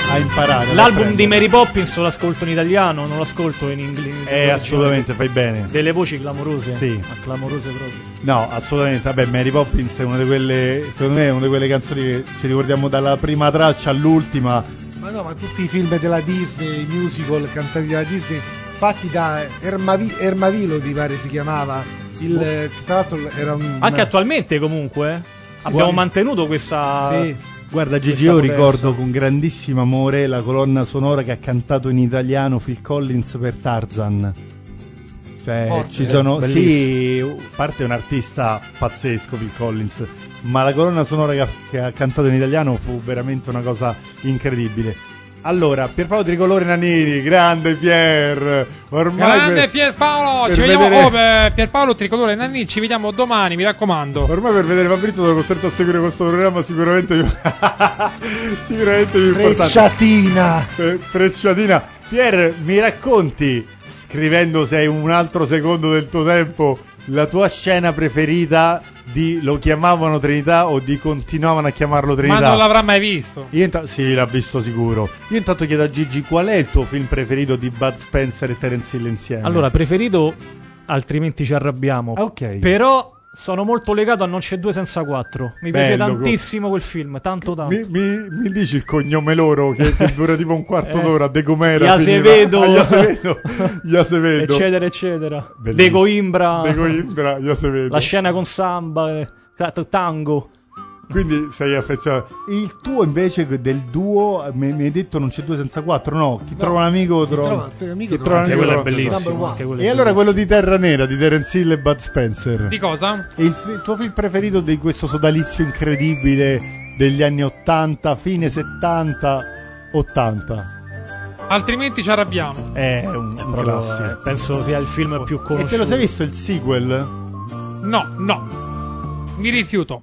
Speaker 8: l'album di Mary Poppins lo ascolto in italiano, non lo ascolto in inglese.
Speaker 5: Eh, assolutamente, fai bene.
Speaker 8: Delle voci clamorose.
Speaker 5: Sì.
Speaker 8: Ma clamorose proprio.
Speaker 5: No, assolutamente. Vabbè, Mary Poppins è una di quelle. Secondo me è una di quelle canzoni che ci ricordiamo dalla prima traccia all'ultima.
Speaker 7: Ma no, ma tutti i film della Disney, i musical cantati dalla Disney, fatti da Ermavi- Ermavilo, mi pare si chiamava. Il, eh, Tra l'altro era un...
Speaker 8: Boh. Anche attualmente comunque. eh, Abbiamo
Speaker 5: Sì.
Speaker 8: mantenuto questa...
Speaker 7: Sì.
Speaker 5: Guarda Gigi,
Speaker 8: questa
Speaker 5: io
Speaker 8: promessa.
Speaker 5: ricordo con grandissimo amore la colonna sonora che ha cantato in italiano Phil Collins per Tarzan. Cioè,
Speaker 8: Forte.
Speaker 5: ci sono.
Speaker 8: Eh,
Speaker 5: Sì, a parte è un artista pazzesco, Phil Collins, ma la colonna sonora che ha, che ha cantato in italiano fu veramente una cosa incredibile. Allora, Pierpaolo Tricolore Nanini, grande Pier! Ormai
Speaker 6: Grande
Speaker 5: per-
Speaker 6: Pierpaolo,
Speaker 5: per
Speaker 6: ci vediamo
Speaker 5: vedere-
Speaker 6: oh, beh, Pierpaolo Tricolore Nanni, ci vediamo domani, mi raccomando.
Speaker 5: Ormai per vedere Fabrizio sono costretto a seguire questo programma sicuramente più, sicuramente più importante.
Speaker 7: Frecciatina!
Speaker 5: Fre- Frecciatina. Pier, mi racconti, scrivendo se hai un altro secondo del tuo tempo, la tua scena preferita di lo chiamavano Trinità o di continuavano a chiamarlo Trinità?
Speaker 6: Ma non l'avrà mai visto.
Speaker 5: Io inta- sì, l'ha visto sicuro. Io intanto chiedo a Gigi qual è il tuo film preferito di Bud Spencer e Terence Hill insieme.
Speaker 8: Allora, preferito, altrimenti ci arrabbiamo.
Speaker 5: Ah, ok.
Speaker 8: Però sono molto legato a Non c'è due senza quattro. Mi piace
Speaker 5: Bello,
Speaker 8: tantissimo quel film, tanto tanto.
Speaker 5: Mi, mi- mi dici il cognome loro che, che dura tipo un quarto
Speaker 8: Eh.
Speaker 5: d'ora? De Gomera.
Speaker 8: Gli
Speaker 5: finiva.
Speaker 8: Acevedo.
Speaker 5: Ah, Gli Acevedo. Gli Acevedo.
Speaker 8: Eccetera, eccetera.
Speaker 5: Bellissimo.
Speaker 8: De Coimbra.
Speaker 5: De Coimbra, gli Acevedo.
Speaker 8: La scena con Samba, eh, ta- ta- tango.
Speaker 5: Quindi sei affezionato. Il tuo invece che del duo, mi, mi hai detto non c'è due senza quattro, no? Chi trova un amico trova.
Speaker 7: trova- un amico
Speaker 5: chi trova
Speaker 7: trova-
Speaker 5: un
Speaker 7: Anche
Speaker 5: amico
Speaker 7: quello è
Speaker 5: trova-
Speaker 7: bellissimo,
Speaker 5: esatto. Number one.
Speaker 7: anche quello è
Speaker 5: E allora quello
Speaker 7: bellissimo.
Speaker 5: di Terra Nera di Terence Hill e Bud Spencer.
Speaker 6: Di cosa?
Speaker 5: E il, fi- il tuo film preferito di questo sodalizio incredibile degli anni 80, fine 70, 80.
Speaker 6: Altrimenti ci arrabbiamo.
Speaker 5: È un, un
Speaker 8: Proprio,
Speaker 5: classico.
Speaker 8: eh, penso sia il film più
Speaker 5: E
Speaker 8: conosciuto.
Speaker 5: te lo sei visto il sequel?
Speaker 6: No, no. Mi rifiuto.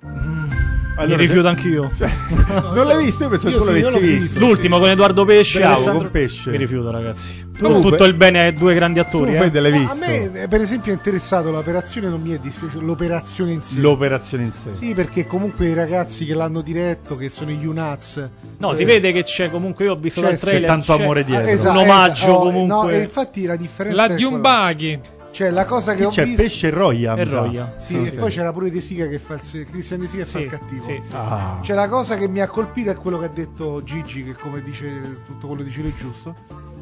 Speaker 5: Allora,
Speaker 8: Mi rifiuto
Speaker 5: se- Cioè,
Speaker 8: anch'io.
Speaker 5: Non l'hai visto? Io penso che
Speaker 8: Io
Speaker 5: tu
Speaker 8: sì, io
Speaker 5: l'avessi
Speaker 8: l'ho
Speaker 5: visto.
Speaker 8: visto. L'ultimo con Edoardo Pesce e
Speaker 5: Bravo,
Speaker 8: Alessandro-
Speaker 5: con Pesce.
Speaker 8: Mi rifiuto, ragazzi. Con
Speaker 5: Comunque-
Speaker 8: tutto il bene ai due grandi attori.
Speaker 5: Tu
Speaker 8: eh.
Speaker 5: fai delle
Speaker 7: No,
Speaker 5: visto.
Speaker 7: A me, eh, per esempio, è interessato l'operazione, non mi è dispiaciuto, l'operazione in sé.
Speaker 5: L'operazione in sé.
Speaker 7: Sì, perché comunque i ragazzi che l'hanno diretto, che sono gli UNATS. eh,
Speaker 8: No, si vede che c'è comunque. Io ho visto dal trailer. cioè, c'è-
Speaker 7: esatto,
Speaker 8: un omaggio
Speaker 7: esatto. Oh, No,
Speaker 8: comunque.
Speaker 7: e infatti la differenza
Speaker 6: La
Speaker 7: è
Speaker 6: di un
Speaker 7: quella.
Speaker 6: baghi.
Speaker 7: Cioè, la cosa che ho
Speaker 5: C'è
Speaker 7: visto...
Speaker 5: pesce e roia.
Speaker 8: E
Speaker 5: mi sa.
Speaker 8: roia.
Speaker 7: Sì, e poi c'era pure De Sica che fa il se- Christian De Sica che fa
Speaker 8: Sì,
Speaker 7: il cattivo.
Speaker 8: sì, sì.
Speaker 5: Ah.
Speaker 7: Cioè, la cosa che mi ha colpito è quello che ha detto Gigi, che come dice tutto quello che dice lui è giusto.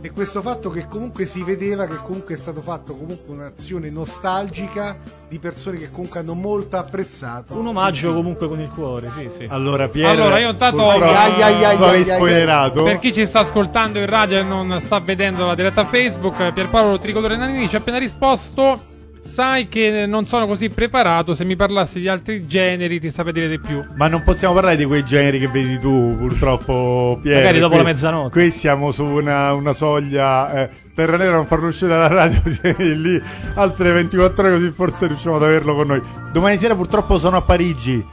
Speaker 7: E questo fatto che comunque si vedeva che comunque è stato fatto comunque un'azione nostalgica di persone che comunque hanno molto apprezzato.
Speaker 8: Un omaggio comunque con il cuore, sì, sì.
Speaker 5: Allora, Pier,
Speaker 6: Allora, io intanto-
Speaker 5: purtroppo
Speaker 6: Ai, ai, ai, ai,
Speaker 5: tu avevi
Speaker 6: ai, ai.
Speaker 5: spoilerato.
Speaker 6: Per chi ci sta ascoltando in radio e non sta vedendo la diretta Facebook, Pierpaolo Tricolore Nanini ci ha appena risposto. Sai che non sono così preparato, se mi parlassi di altri generi ti saprei dire di più.
Speaker 5: Ma non possiamo parlare di quei generi che vedi tu, purtroppo, Pier.
Speaker 8: Magari dopo
Speaker 5: Qui-
Speaker 8: la mezzanotte.
Speaker 5: Qui siamo su una, una soglia. eh, Terra Nera non farlo uscire dalla radio tieni lì altre 24 ore, così forse riusciamo ad averlo con noi. Domani sera, purtroppo, sono a Parigi.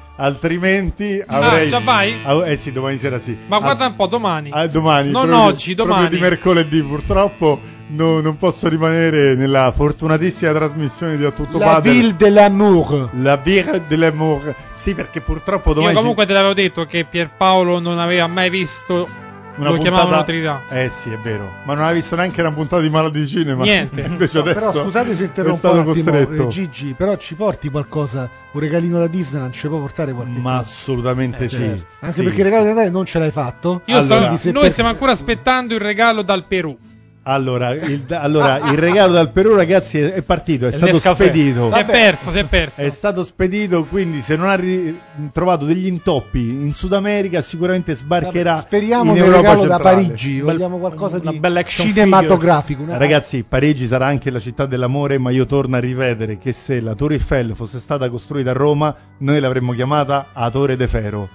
Speaker 5: Altrimenti avrei.
Speaker 6: già vai?
Speaker 5: Ah, eh sì, domani sera sì.
Speaker 6: Ma guarda un po' domani.
Speaker 5: Ah, domani.
Speaker 6: Non
Speaker 5: proprio-
Speaker 6: oggi,
Speaker 5: proprio
Speaker 6: domani.
Speaker 5: di mercoledì, purtroppo. no- non posso rimanere nella fortunatissima trasmissione di A Tutto
Speaker 7: La
Speaker 5: Padel.
Speaker 7: Ville de l'amour.
Speaker 5: La birra dell'amour. Sì, perché purtroppo domani.
Speaker 6: Io
Speaker 5: ci-
Speaker 6: comunque te l'avevo detto che Pierpaolo non aveva mai visto.
Speaker 5: Una
Speaker 6: lo
Speaker 5: puntata-
Speaker 6: chiamavano Trinità.
Speaker 5: Eh sì, è vero. Ma non ha visto neanche una puntata di Mala di Cinema.
Speaker 6: Niente.
Speaker 5: Invece
Speaker 7: No,
Speaker 5: adesso
Speaker 7: però scusate se
Speaker 5: È
Speaker 7: interrompo
Speaker 5: stato
Speaker 7: un attimo,
Speaker 5: costretto.
Speaker 7: eh, Gigi, però ci porti qualcosa, un regalino da Disneyland, ci puoi portare qualche
Speaker 5: Ma
Speaker 7: cosa?
Speaker 5: assolutamente sì.
Speaker 7: Eh, certo. Anche
Speaker 5: Sì.
Speaker 7: perché il regalo di Natale non ce l'hai fatto.
Speaker 6: Io
Speaker 5: Allora-
Speaker 6: so-
Speaker 7: se
Speaker 6: noi
Speaker 7: per-
Speaker 6: stiamo ancora aspettando il regalo dal Perù.
Speaker 5: Allora il, allora, il regalo dal Perù, ragazzi, è è partito, è stato
Speaker 6: Nescafè.
Speaker 5: spedito.
Speaker 6: Si è perso, si è perso.
Speaker 5: È stato spedito, quindi se non ha ri- trovato degli intoppi in Sud America sicuramente sbarcherà
Speaker 7: Vabbè, speriamo
Speaker 5: in
Speaker 7: del
Speaker 5: Europa
Speaker 7: regalo da
Speaker 5: centrale.
Speaker 7: Parigi, vogliamo qualcosa di cinematografico. una-
Speaker 5: Eh, Ragazzi, Parigi sarà anche la città dell'amore, ma io torno a rivedere che se la Torre Eiffel fosse stata costruita a Roma, noi l'avremmo chiamata a Torre de Ferro.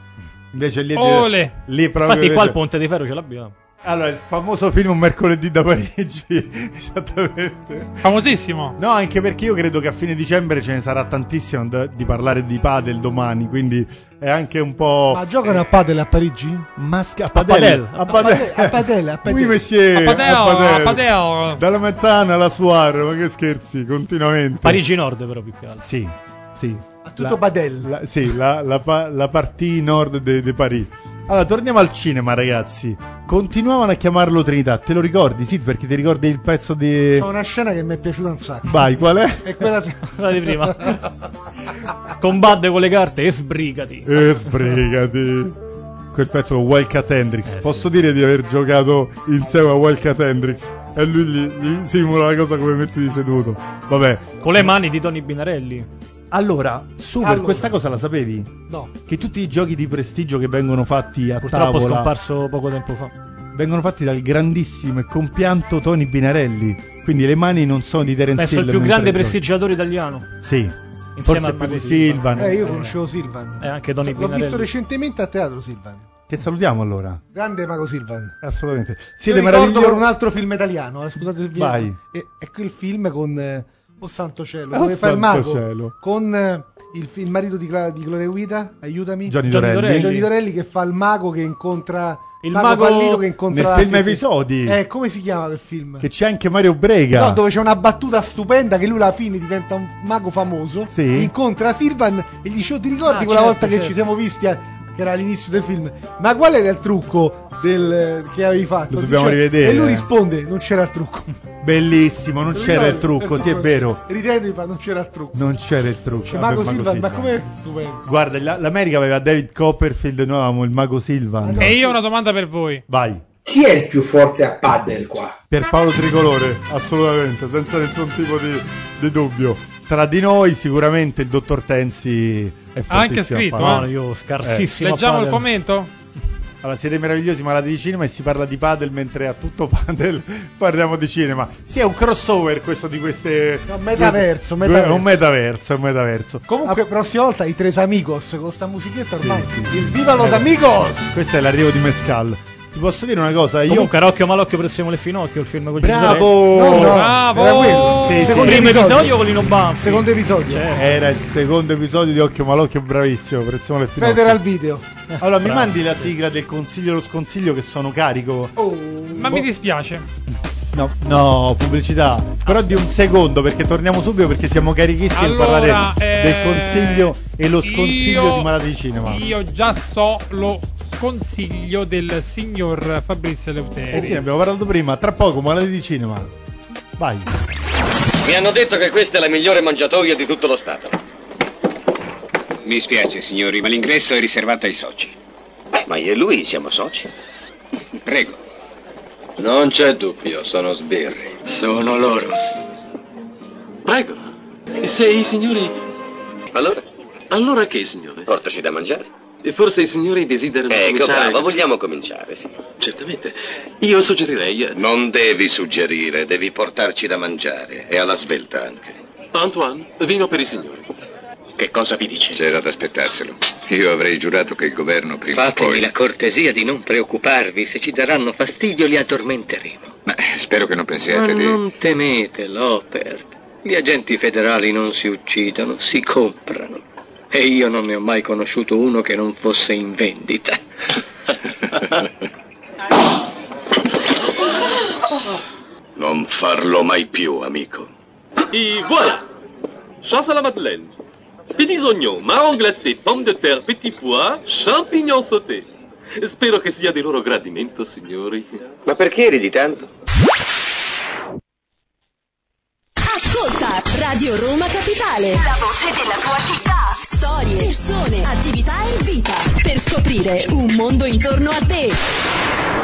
Speaker 5: Invece lì,
Speaker 8: Ole!
Speaker 5: lì proprio
Speaker 8: Infatti qua il
Speaker 5: vede-
Speaker 8: ponte di ferro ce l'abbiamo.
Speaker 5: Allora, il famoso film Un mercoledì da Parigi, esattamente.
Speaker 6: Famosissimo.
Speaker 5: No, anche perché io credo che a fine dicembre ce ne sarà tantissimo da- di parlare di padel domani, quindi è anche un po'...
Speaker 7: Ma giocano a padel a Parigi?
Speaker 5: Masca, a
Speaker 7: padel.
Speaker 5: padel, a padel.
Speaker 7: A padel, a padel.
Speaker 5: Oui, monsieur,
Speaker 7: A padel,
Speaker 6: a padel.
Speaker 5: Dalla Mettana alla Suar, ma che scherzi, continuamente.
Speaker 8: Parigi Nord però più che altro.
Speaker 5: Sì, sì. A
Speaker 7: tutto padel.
Speaker 5: La, sì, la, la, pa- la partie nord de, de Paris. Allora, torniamo al cinema, ragazzi. Continuavano a chiamarlo Trinità, te lo ricordi? Sì, perché ti ricordi il pezzo di...
Speaker 7: C'è una scena che mi è piaciuta un sacco.
Speaker 5: Vai, qual è?
Speaker 7: È quella
Speaker 8: Quella di prima. Combatte con le carte e sbrigati.
Speaker 5: E sbrigati. Quel pezzo con Wildcat Hendrix. Posso dire di aver giocato insieme a Wildcat Hendrix? E lui gli, gli simula la cosa come metti di seduto. Vabbè.
Speaker 8: Con le mani di Tony Binarelli.
Speaker 5: Allora, Super,
Speaker 8: Allora.
Speaker 5: questa cosa la sapevi?
Speaker 7: No.
Speaker 5: Che tutti i giochi di prestigio che vengono fatti a
Speaker 8: Purtroppo
Speaker 5: tavola
Speaker 8: scomparso poco tempo fa.
Speaker 5: vengono fatti dal grandissimo e compianto Tony Binarelli. Quindi le mani non sono di Terence
Speaker 8: Penso
Speaker 5: Hill.
Speaker 8: il più
Speaker 5: mentre
Speaker 8: grande
Speaker 5: giochi.
Speaker 8: prestigiatore italiano.
Speaker 5: Sì.
Speaker 8: Insieme
Speaker 5: Forse
Speaker 8: a
Speaker 5: più di
Speaker 8: Marco
Speaker 5: Silvan.
Speaker 7: Eh, io conoscevo Silvan.
Speaker 5: Eh,
Speaker 8: E anche Tony
Speaker 7: L'ho visto
Speaker 8: Pinarelli.
Speaker 7: recentemente a teatro Silvan.
Speaker 5: Che salutiamo allora.
Speaker 7: Grande Mago Silvan.
Speaker 5: Assolutamente.
Speaker 7: Io
Speaker 5: Siete
Speaker 7: ricordo
Speaker 5: meravigliosi.
Speaker 7: per un altro film italiano, eh, scusate se vi
Speaker 5: Vai.
Speaker 7: È, è quel film con eh, Oh santo cielo,
Speaker 5: Oh
Speaker 7: dove fa
Speaker 5: santo
Speaker 7: il mago
Speaker 5: cielo.
Speaker 7: con eh, il, fi- il marito di, Cla- di Gloria Guida, aiutami.
Speaker 5: Gianni Gianni Dorelli. Dorelli.
Speaker 7: Gianni Dorelli Cioè, che fa il mago che incontra
Speaker 8: Il
Speaker 7: mago
Speaker 8: mago-
Speaker 7: fallito che incontra
Speaker 5: Nel film Episodi.
Speaker 7: Eh, come si chiama quel film?
Speaker 5: Che c'è anche Mario Brega.
Speaker 7: No, dove c'è una battuta stupenda che lui alla fine diventa un mago famoso,
Speaker 5: Sì.
Speaker 7: incontra Silvan e gli dice "Oh, ti ricordi
Speaker 8: Ah,
Speaker 7: quella
Speaker 8: certo,
Speaker 7: volta che
Speaker 8: certo.
Speaker 7: ci siamo visti a- che era all'inizio del film? Ma qual era il trucco del- che avevi fatto?"
Speaker 5: Lo dobbiamo
Speaker 7: Dice-
Speaker 5: rivedere.
Speaker 7: E lui risponde "Non c'era il trucco".
Speaker 5: Bellissimo, non c'era il trucco, sì è vero.
Speaker 7: Ridendo e fa "Non c'era il trucco".
Speaker 5: Non c'era il trucco.
Speaker 7: Dice,
Speaker 5: Vabbè,
Speaker 7: mago Silvan, ma
Speaker 5: Silvan.
Speaker 7: come stupendo.
Speaker 5: Guarda, la- l'America aveva David Copperfield, noi avevamo il mago Silvan.
Speaker 6: E io ho una domanda per voi.
Speaker 5: Vai.
Speaker 13: Chi è il più forte a paddle qua?
Speaker 5: Per Paolo Tricolore, assolutamente, senza nessun tipo di, di dubbio. Tra di noi sicuramente il dottor Tensi è fortissimo.
Speaker 6: anche scritto,
Speaker 5: a padel.
Speaker 6: eh. No, io
Speaker 8: scarsissimo
Speaker 6: Leggiamo il
Speaker 5: padel.
Speaker 6: commento?
Speaker 5: Allora, siete meravigliosi malati di cinema e si parla di padel mentre a tutto padel parliamo di cinema. Sì, è un crossover questo di queste...
Speaker 7: È un metaverso,
Speaker 5: due-
Speaker 7: metaverso.
Speaker 5: È un metaverso, è un metaverso.
Speaker 7: Comunque, prossima volta i Tres Amigos con sta musichetta ormai.
Speaker 5: sì,
Speaker 7: Il Viva los
Speaker 5: Eh,
Speaker 7: Amigos!
Speaker 5: Questo è l'arrivo di Mescal. Ti posso dire una cosa? Io...
Speaker 8: Comunque, Rocchio Malocchio pressiamo le finocchio. Il film con Gianni
Speaker 5: Oh, Bravo!
Speaker 8: Dorelli.
Speaker 7: No, no,
Speaker 6: Bravo!
Speaker 7: era quello.
Speaker 5: Sì,
Speaker 8: Il
Speaker 5: sì.
Speaker 8: primo episodio con Lino Banfi.
Speaker 7: Secondo episodio.
Speaker 8: Certo.
Speaker 5: Era il secondo episodio di Occhio Malocchio, bravissimo, prezzemolo le finocchio.
Speaker 7: Federal Video.
Speaker 5: Allora, mi
Speaker 8: Bravo,
Speaker 5: mandi la sigla del consiglio e lo sconsiglio che sono carico.
Speaker 6: Ma
Speaker 7: Oh.
Speaker 6: mi dispiace.
Speaker 5: No, no, pubblicità. Però di un secondo, perché torniamo subito perché siamo carichissimi a
Speaker 6: Allora,
Speaker 5: parlare del
Speaker 6: eh,
Speaker 5: consiglio e lo sconsiglio
Speaker 6: io-
Speaker 5: di Malati di Cinema.
Speaker 6: Io già so lo sconsiglio del signor Fabrizio Leuteri.
Speaker 5: Eh sì, ne abbiamo parlato prima, tra poco Malati di Cinema. Vai.
Speaker 1: Mi hanno detto che questa è la migliore mangiatoia di tutto lo Stato.
Speaker 14: Mi spiace, signori, ma l'ingresso è riservato ai soci. Ma io e lui siamo soci. Prego.
Speaker 11: Non c'è dubbio, sono sbirri. Sono loro. Prego. E se i signori... Allora? Allora che, signore? Portaci da mangiare. E forse i signori desiderano
Speaker 14: Ecco,
Speaker 11: cominciare...
Speaker 14: bravo, vogliamo cominciare, sì.
Speaker 11: Certamente. Io suggerirei... eh,
Speaker 14: Non devi suggerire, devi portarci da mangiare. E alla svelta anche.
Speaker 11: Antoine, vino per i signori.
Speaker 14: Che cosa vi dice? C'era da aspettarselo. Io avrei giurato che il governo prima
Speaker 15: Fatemi la cortesia di non preoccuparvi, se ci daranno fastidio li addormenteremo.
Speaker 14: Ma eh, spero che non
Speaker 15: Ma
Speaker 14: pensiate
Speaker 15: non temete, Loper. Gli agenti federali non si uccidono, si comprano. E io non ne ho mai conosciuto uno che non fosse in vendita.
Speaker 14: Non farlo mai più, amico.
Speaker 16: Et voilà Chasse à la madeleine. Petits oignons, marrons glacés, pommes de terre, petits pois, champignons sautés. Spero che sia di loro gradimento, signori.
Speaker 11: Ma perché ridi tanto?
Speaker 12: Ascolta Radio Roma Capitale. La voce della tua città. Storie, persone, attività e vita. Per scoprire un mondo intorno a te.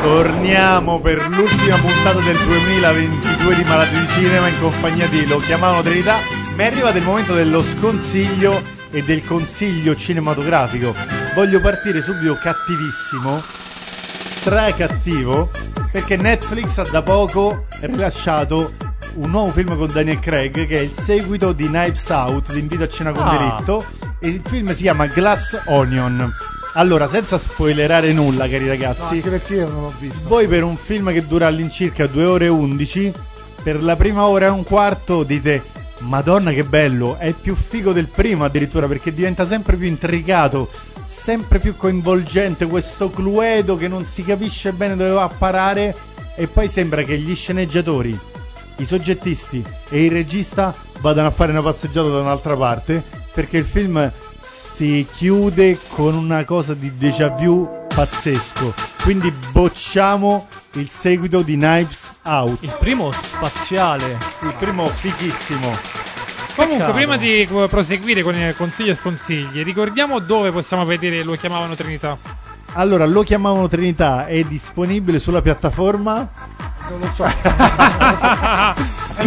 Speaker 5: Torniamo per l'ultima puntata del 2022 di Malati di Cinema in compagnia di Lo chiamavano Trinità. Mi è arrivato il momento dello sconsiglio e del consiglio cinematografico. Voglio partire subito cattivissimo, stracattivo, perché Netflix ha da poco rilasciato un nuovo film con Daniel Craig che è il seguito di Knives Out, l'invito a cena con
Speaker 17: Ah.
Speaker 5: diritto. E il film si chiama Glass Onion. Allora, senza spoilerare nulla, cari ragazzi.
Speaker 7: No, Ah, anche perché io non l'ho visto.
Speaker 5: Voi per un film che dura all'incirca 2 ore e 11, per la prima ora e un quarto dite Madonna che bello, è più figo del primo addirittura perché diventa sempre più intricato, sempre più coinvolgente questo Cluedo che non si capisce bene dove va a parare e poi sembra che gli sceneggiatori, i soggettisti e il regista vadano a fare una passeggiata da un'altra parte perché il film si chiude con una cosa di déjà vu pazzesco. Quindi bocciamo il seguito di Knives Out. Il primo spaziale. Il primo fighissimo.
Speaker 6: Comunque,
Speaker 5: Peccato.
Speaker 6: prima di eh, proseguire con i consigli e sconsigli, ricordiamo dove possiamo vedere lo chiamavano Trinità.
Speaker 5: Allora, lo chiamavano Trinità, è disponibile sulla piattaforma?
Speaker 7: Non lo so.
Speaker 5: Io-
Speaker 6: Ah,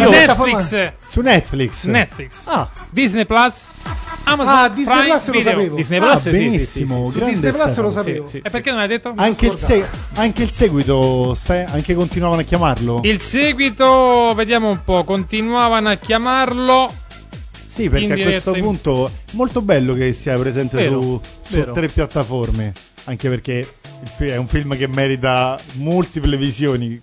Speaker 6: Netflix,
Speaker 5: Su Netflix.
Speaker 6: Netflix, Disney Plus, Amazon
Speaker 7: Ah, Disney
Speaker 6: Prime
Speaker 7: Plus lo
Speaker 6: Video.
Speaker 7: sapevo.
Speaker 5: Disney Plus, Ah, sì, sì, benissimo, sì, sì, sì. grande
Speaker 7: Disney Plus
Speaker 5: Stefano,
Speaker 7: lo
Speaker 5: sì,
Speaker 7: sapevo.
Speaker 5: sì,
Speaker 6: E perché non hai detto?
Speaker 5: Anche il, se- anche il seguito, sta- anche continuavano a chiamarlo?
Speaker 6: Il seguito, vediamo un po', continuavano a chiamarlo.
Speaker 5: Sì, perché a questo punto è molto bello che sia presente
Speaker 6: Vero,
Speaker 5: su, su
Speaker 6: vero.
Speaker 5: tre piattaforme, anche perché il fi- è un film che merita multiple visioni,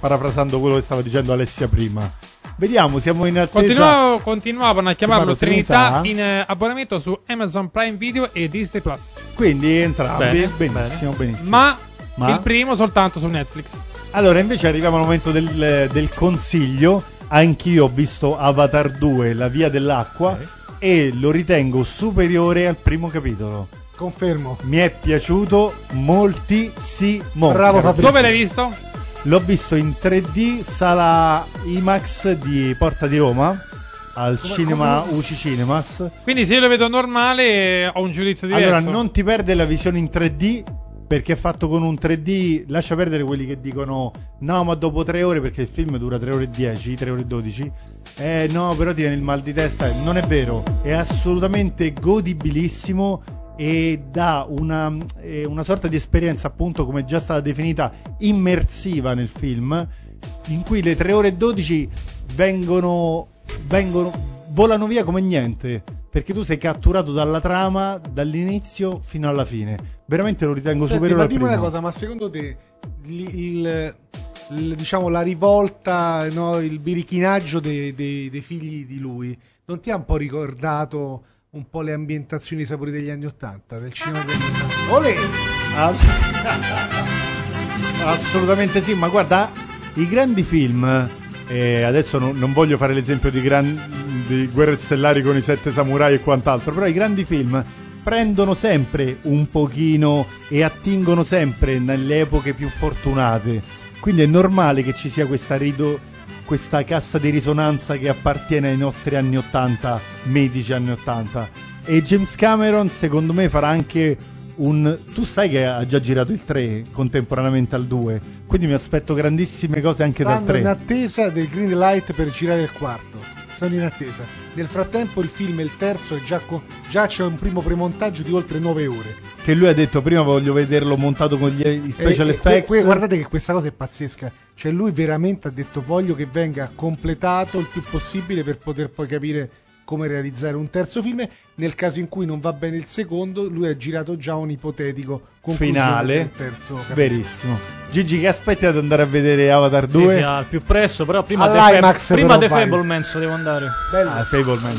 Speaker 5: parafrasando quello che stava dicendo Alessia prima. Vediamo, siamo in attesa.
Speaker 6: Continuavo-
Speaker 8: Esatto.
Speaker 6: continuavano a chiamarlo
Speaker 5: Chiamarlo
Speaker 6: Trinità,
Speaker 5: Trinità.
Speaker 6: in eh, abbonamento su Amazon Prime Video e Disney Plus.
Speaker 5: Quindi entrambi,
Speaker 6: Bene,
Speaker 5: benissimo, benissimo.
Speaker 6: Ma,
Speaker 5: Ma?
Speaker 6: il primo soltanto su Netflix.
Speaker 5: Allora, invece arriviamo al momento del, del consiglio. Anch'io ho visto Avatar 2, La via dell'acqua, e lo ritengo superiore al primo capitolo.
Speaker 7: Confermo.
Speaker 5: Mi è piaciuto moltissimo.
Speaker 7: Bravo, Fabrizio.
Speaker 6: Dove l'hai visto?
Speaker 5: L'ho visto in 3D, sala IMAX di Porta di Roma, al cinema
Speaker 6: come-
Speaker 5: UCI Cinemas.
Speaker 6: Quindi se io lo vedo normale eh, ho un giudizio diverso.
Speaker 5: Allora, non ti perde la visione in 3D perché è fatto con un 3D. Lascia perdere quelli che dicono no, ma dopo 3 ore, perché il film dura 3 ore e 10, 3 ore e 12. Eh no, però ti viene il mal di testa. Non è vero, è assolutamente godibilissimo e dà una, eh, una sorta di esperienza, appunto, come è già stata definita, immersiva nel film, in cui le 3 ore e 12 vengono, vengono volano via come niente. Perché tu sei catturato dalla trama dall'inizio fino alla fine. Veramente lo ritengo
Speaker 7: Senti,
Speaker 5: superiore
Speaker 7: ma
Speaker 5: al
Speaker 7: dimmi
Speaker 5: primo.
Speaker 7: una cosa, ma secondo te il, il- il- diciamo la rivolta, no, il birichinaggio dei, dei- dei figli di lui non ti ha un po' ricordato un po' le ambientazioni e i sapori degli anni Ottanta, del cinema degli anni Ottanta? Olè!
Speaker 5: Assolutamente sì, ma guarda, i grandi film. eh, adesso non, non voglio fare l'esempio di, gran- di Guerre Stellari con i sette samurai e quant'altro, però i grandi film prendono sempre un pochino e attingono sempre nelle epoche più fortunate. Quindi è normale che ci sia questa, rido- questa cassa di risonanza che appartiene ai nostri anni 80, medici anni 80. E James Cameron, secondo me, farà anche un. Tu sai che ha già girato il 3 contemporaneamente al 2, quindi mi aspetto grandissime cose anche dal
Speaker 7: Stanno in
Speaker 5: 3.
Speaker 7: attesa del green light per girare il quarto. Sono in attesa. Nel frattempo il film, il terzo, è già, co- già c'è un primo premontaggio di oltre 9 ore.
Speaker 5: Che lui ha detto prima voglio vederlo montato con gli gli special
Speaker 7: E- e Eh, que-
Speaker 5: effects.
Speaker 7: que- guardate che questa cosa è pazzesca. Cioè, lui veramente ha detto: Voglio che venga completato il più possibile per poter poi capire come realizzare un terzo film. Nel caso in cui non va bene il secondo, lui ha girato già un ipotetico conclusione
Speaker 5: finale.
Speaker 7: del terzo capitolo.
Speaker 5: Verissimo. Gigi, che aspetti ad andare a vedere Avatar 2?
Speaker 8: Sì, sì, al più presto, però prima
Speaker 5: All'IMAX
Speaker 8: The, prima
Speaker 5: però
Speaker 8: The
Speaker 5: vai.
Speaker 8: Fablemans devo andare.
Speaker 5: Ah, Fableman.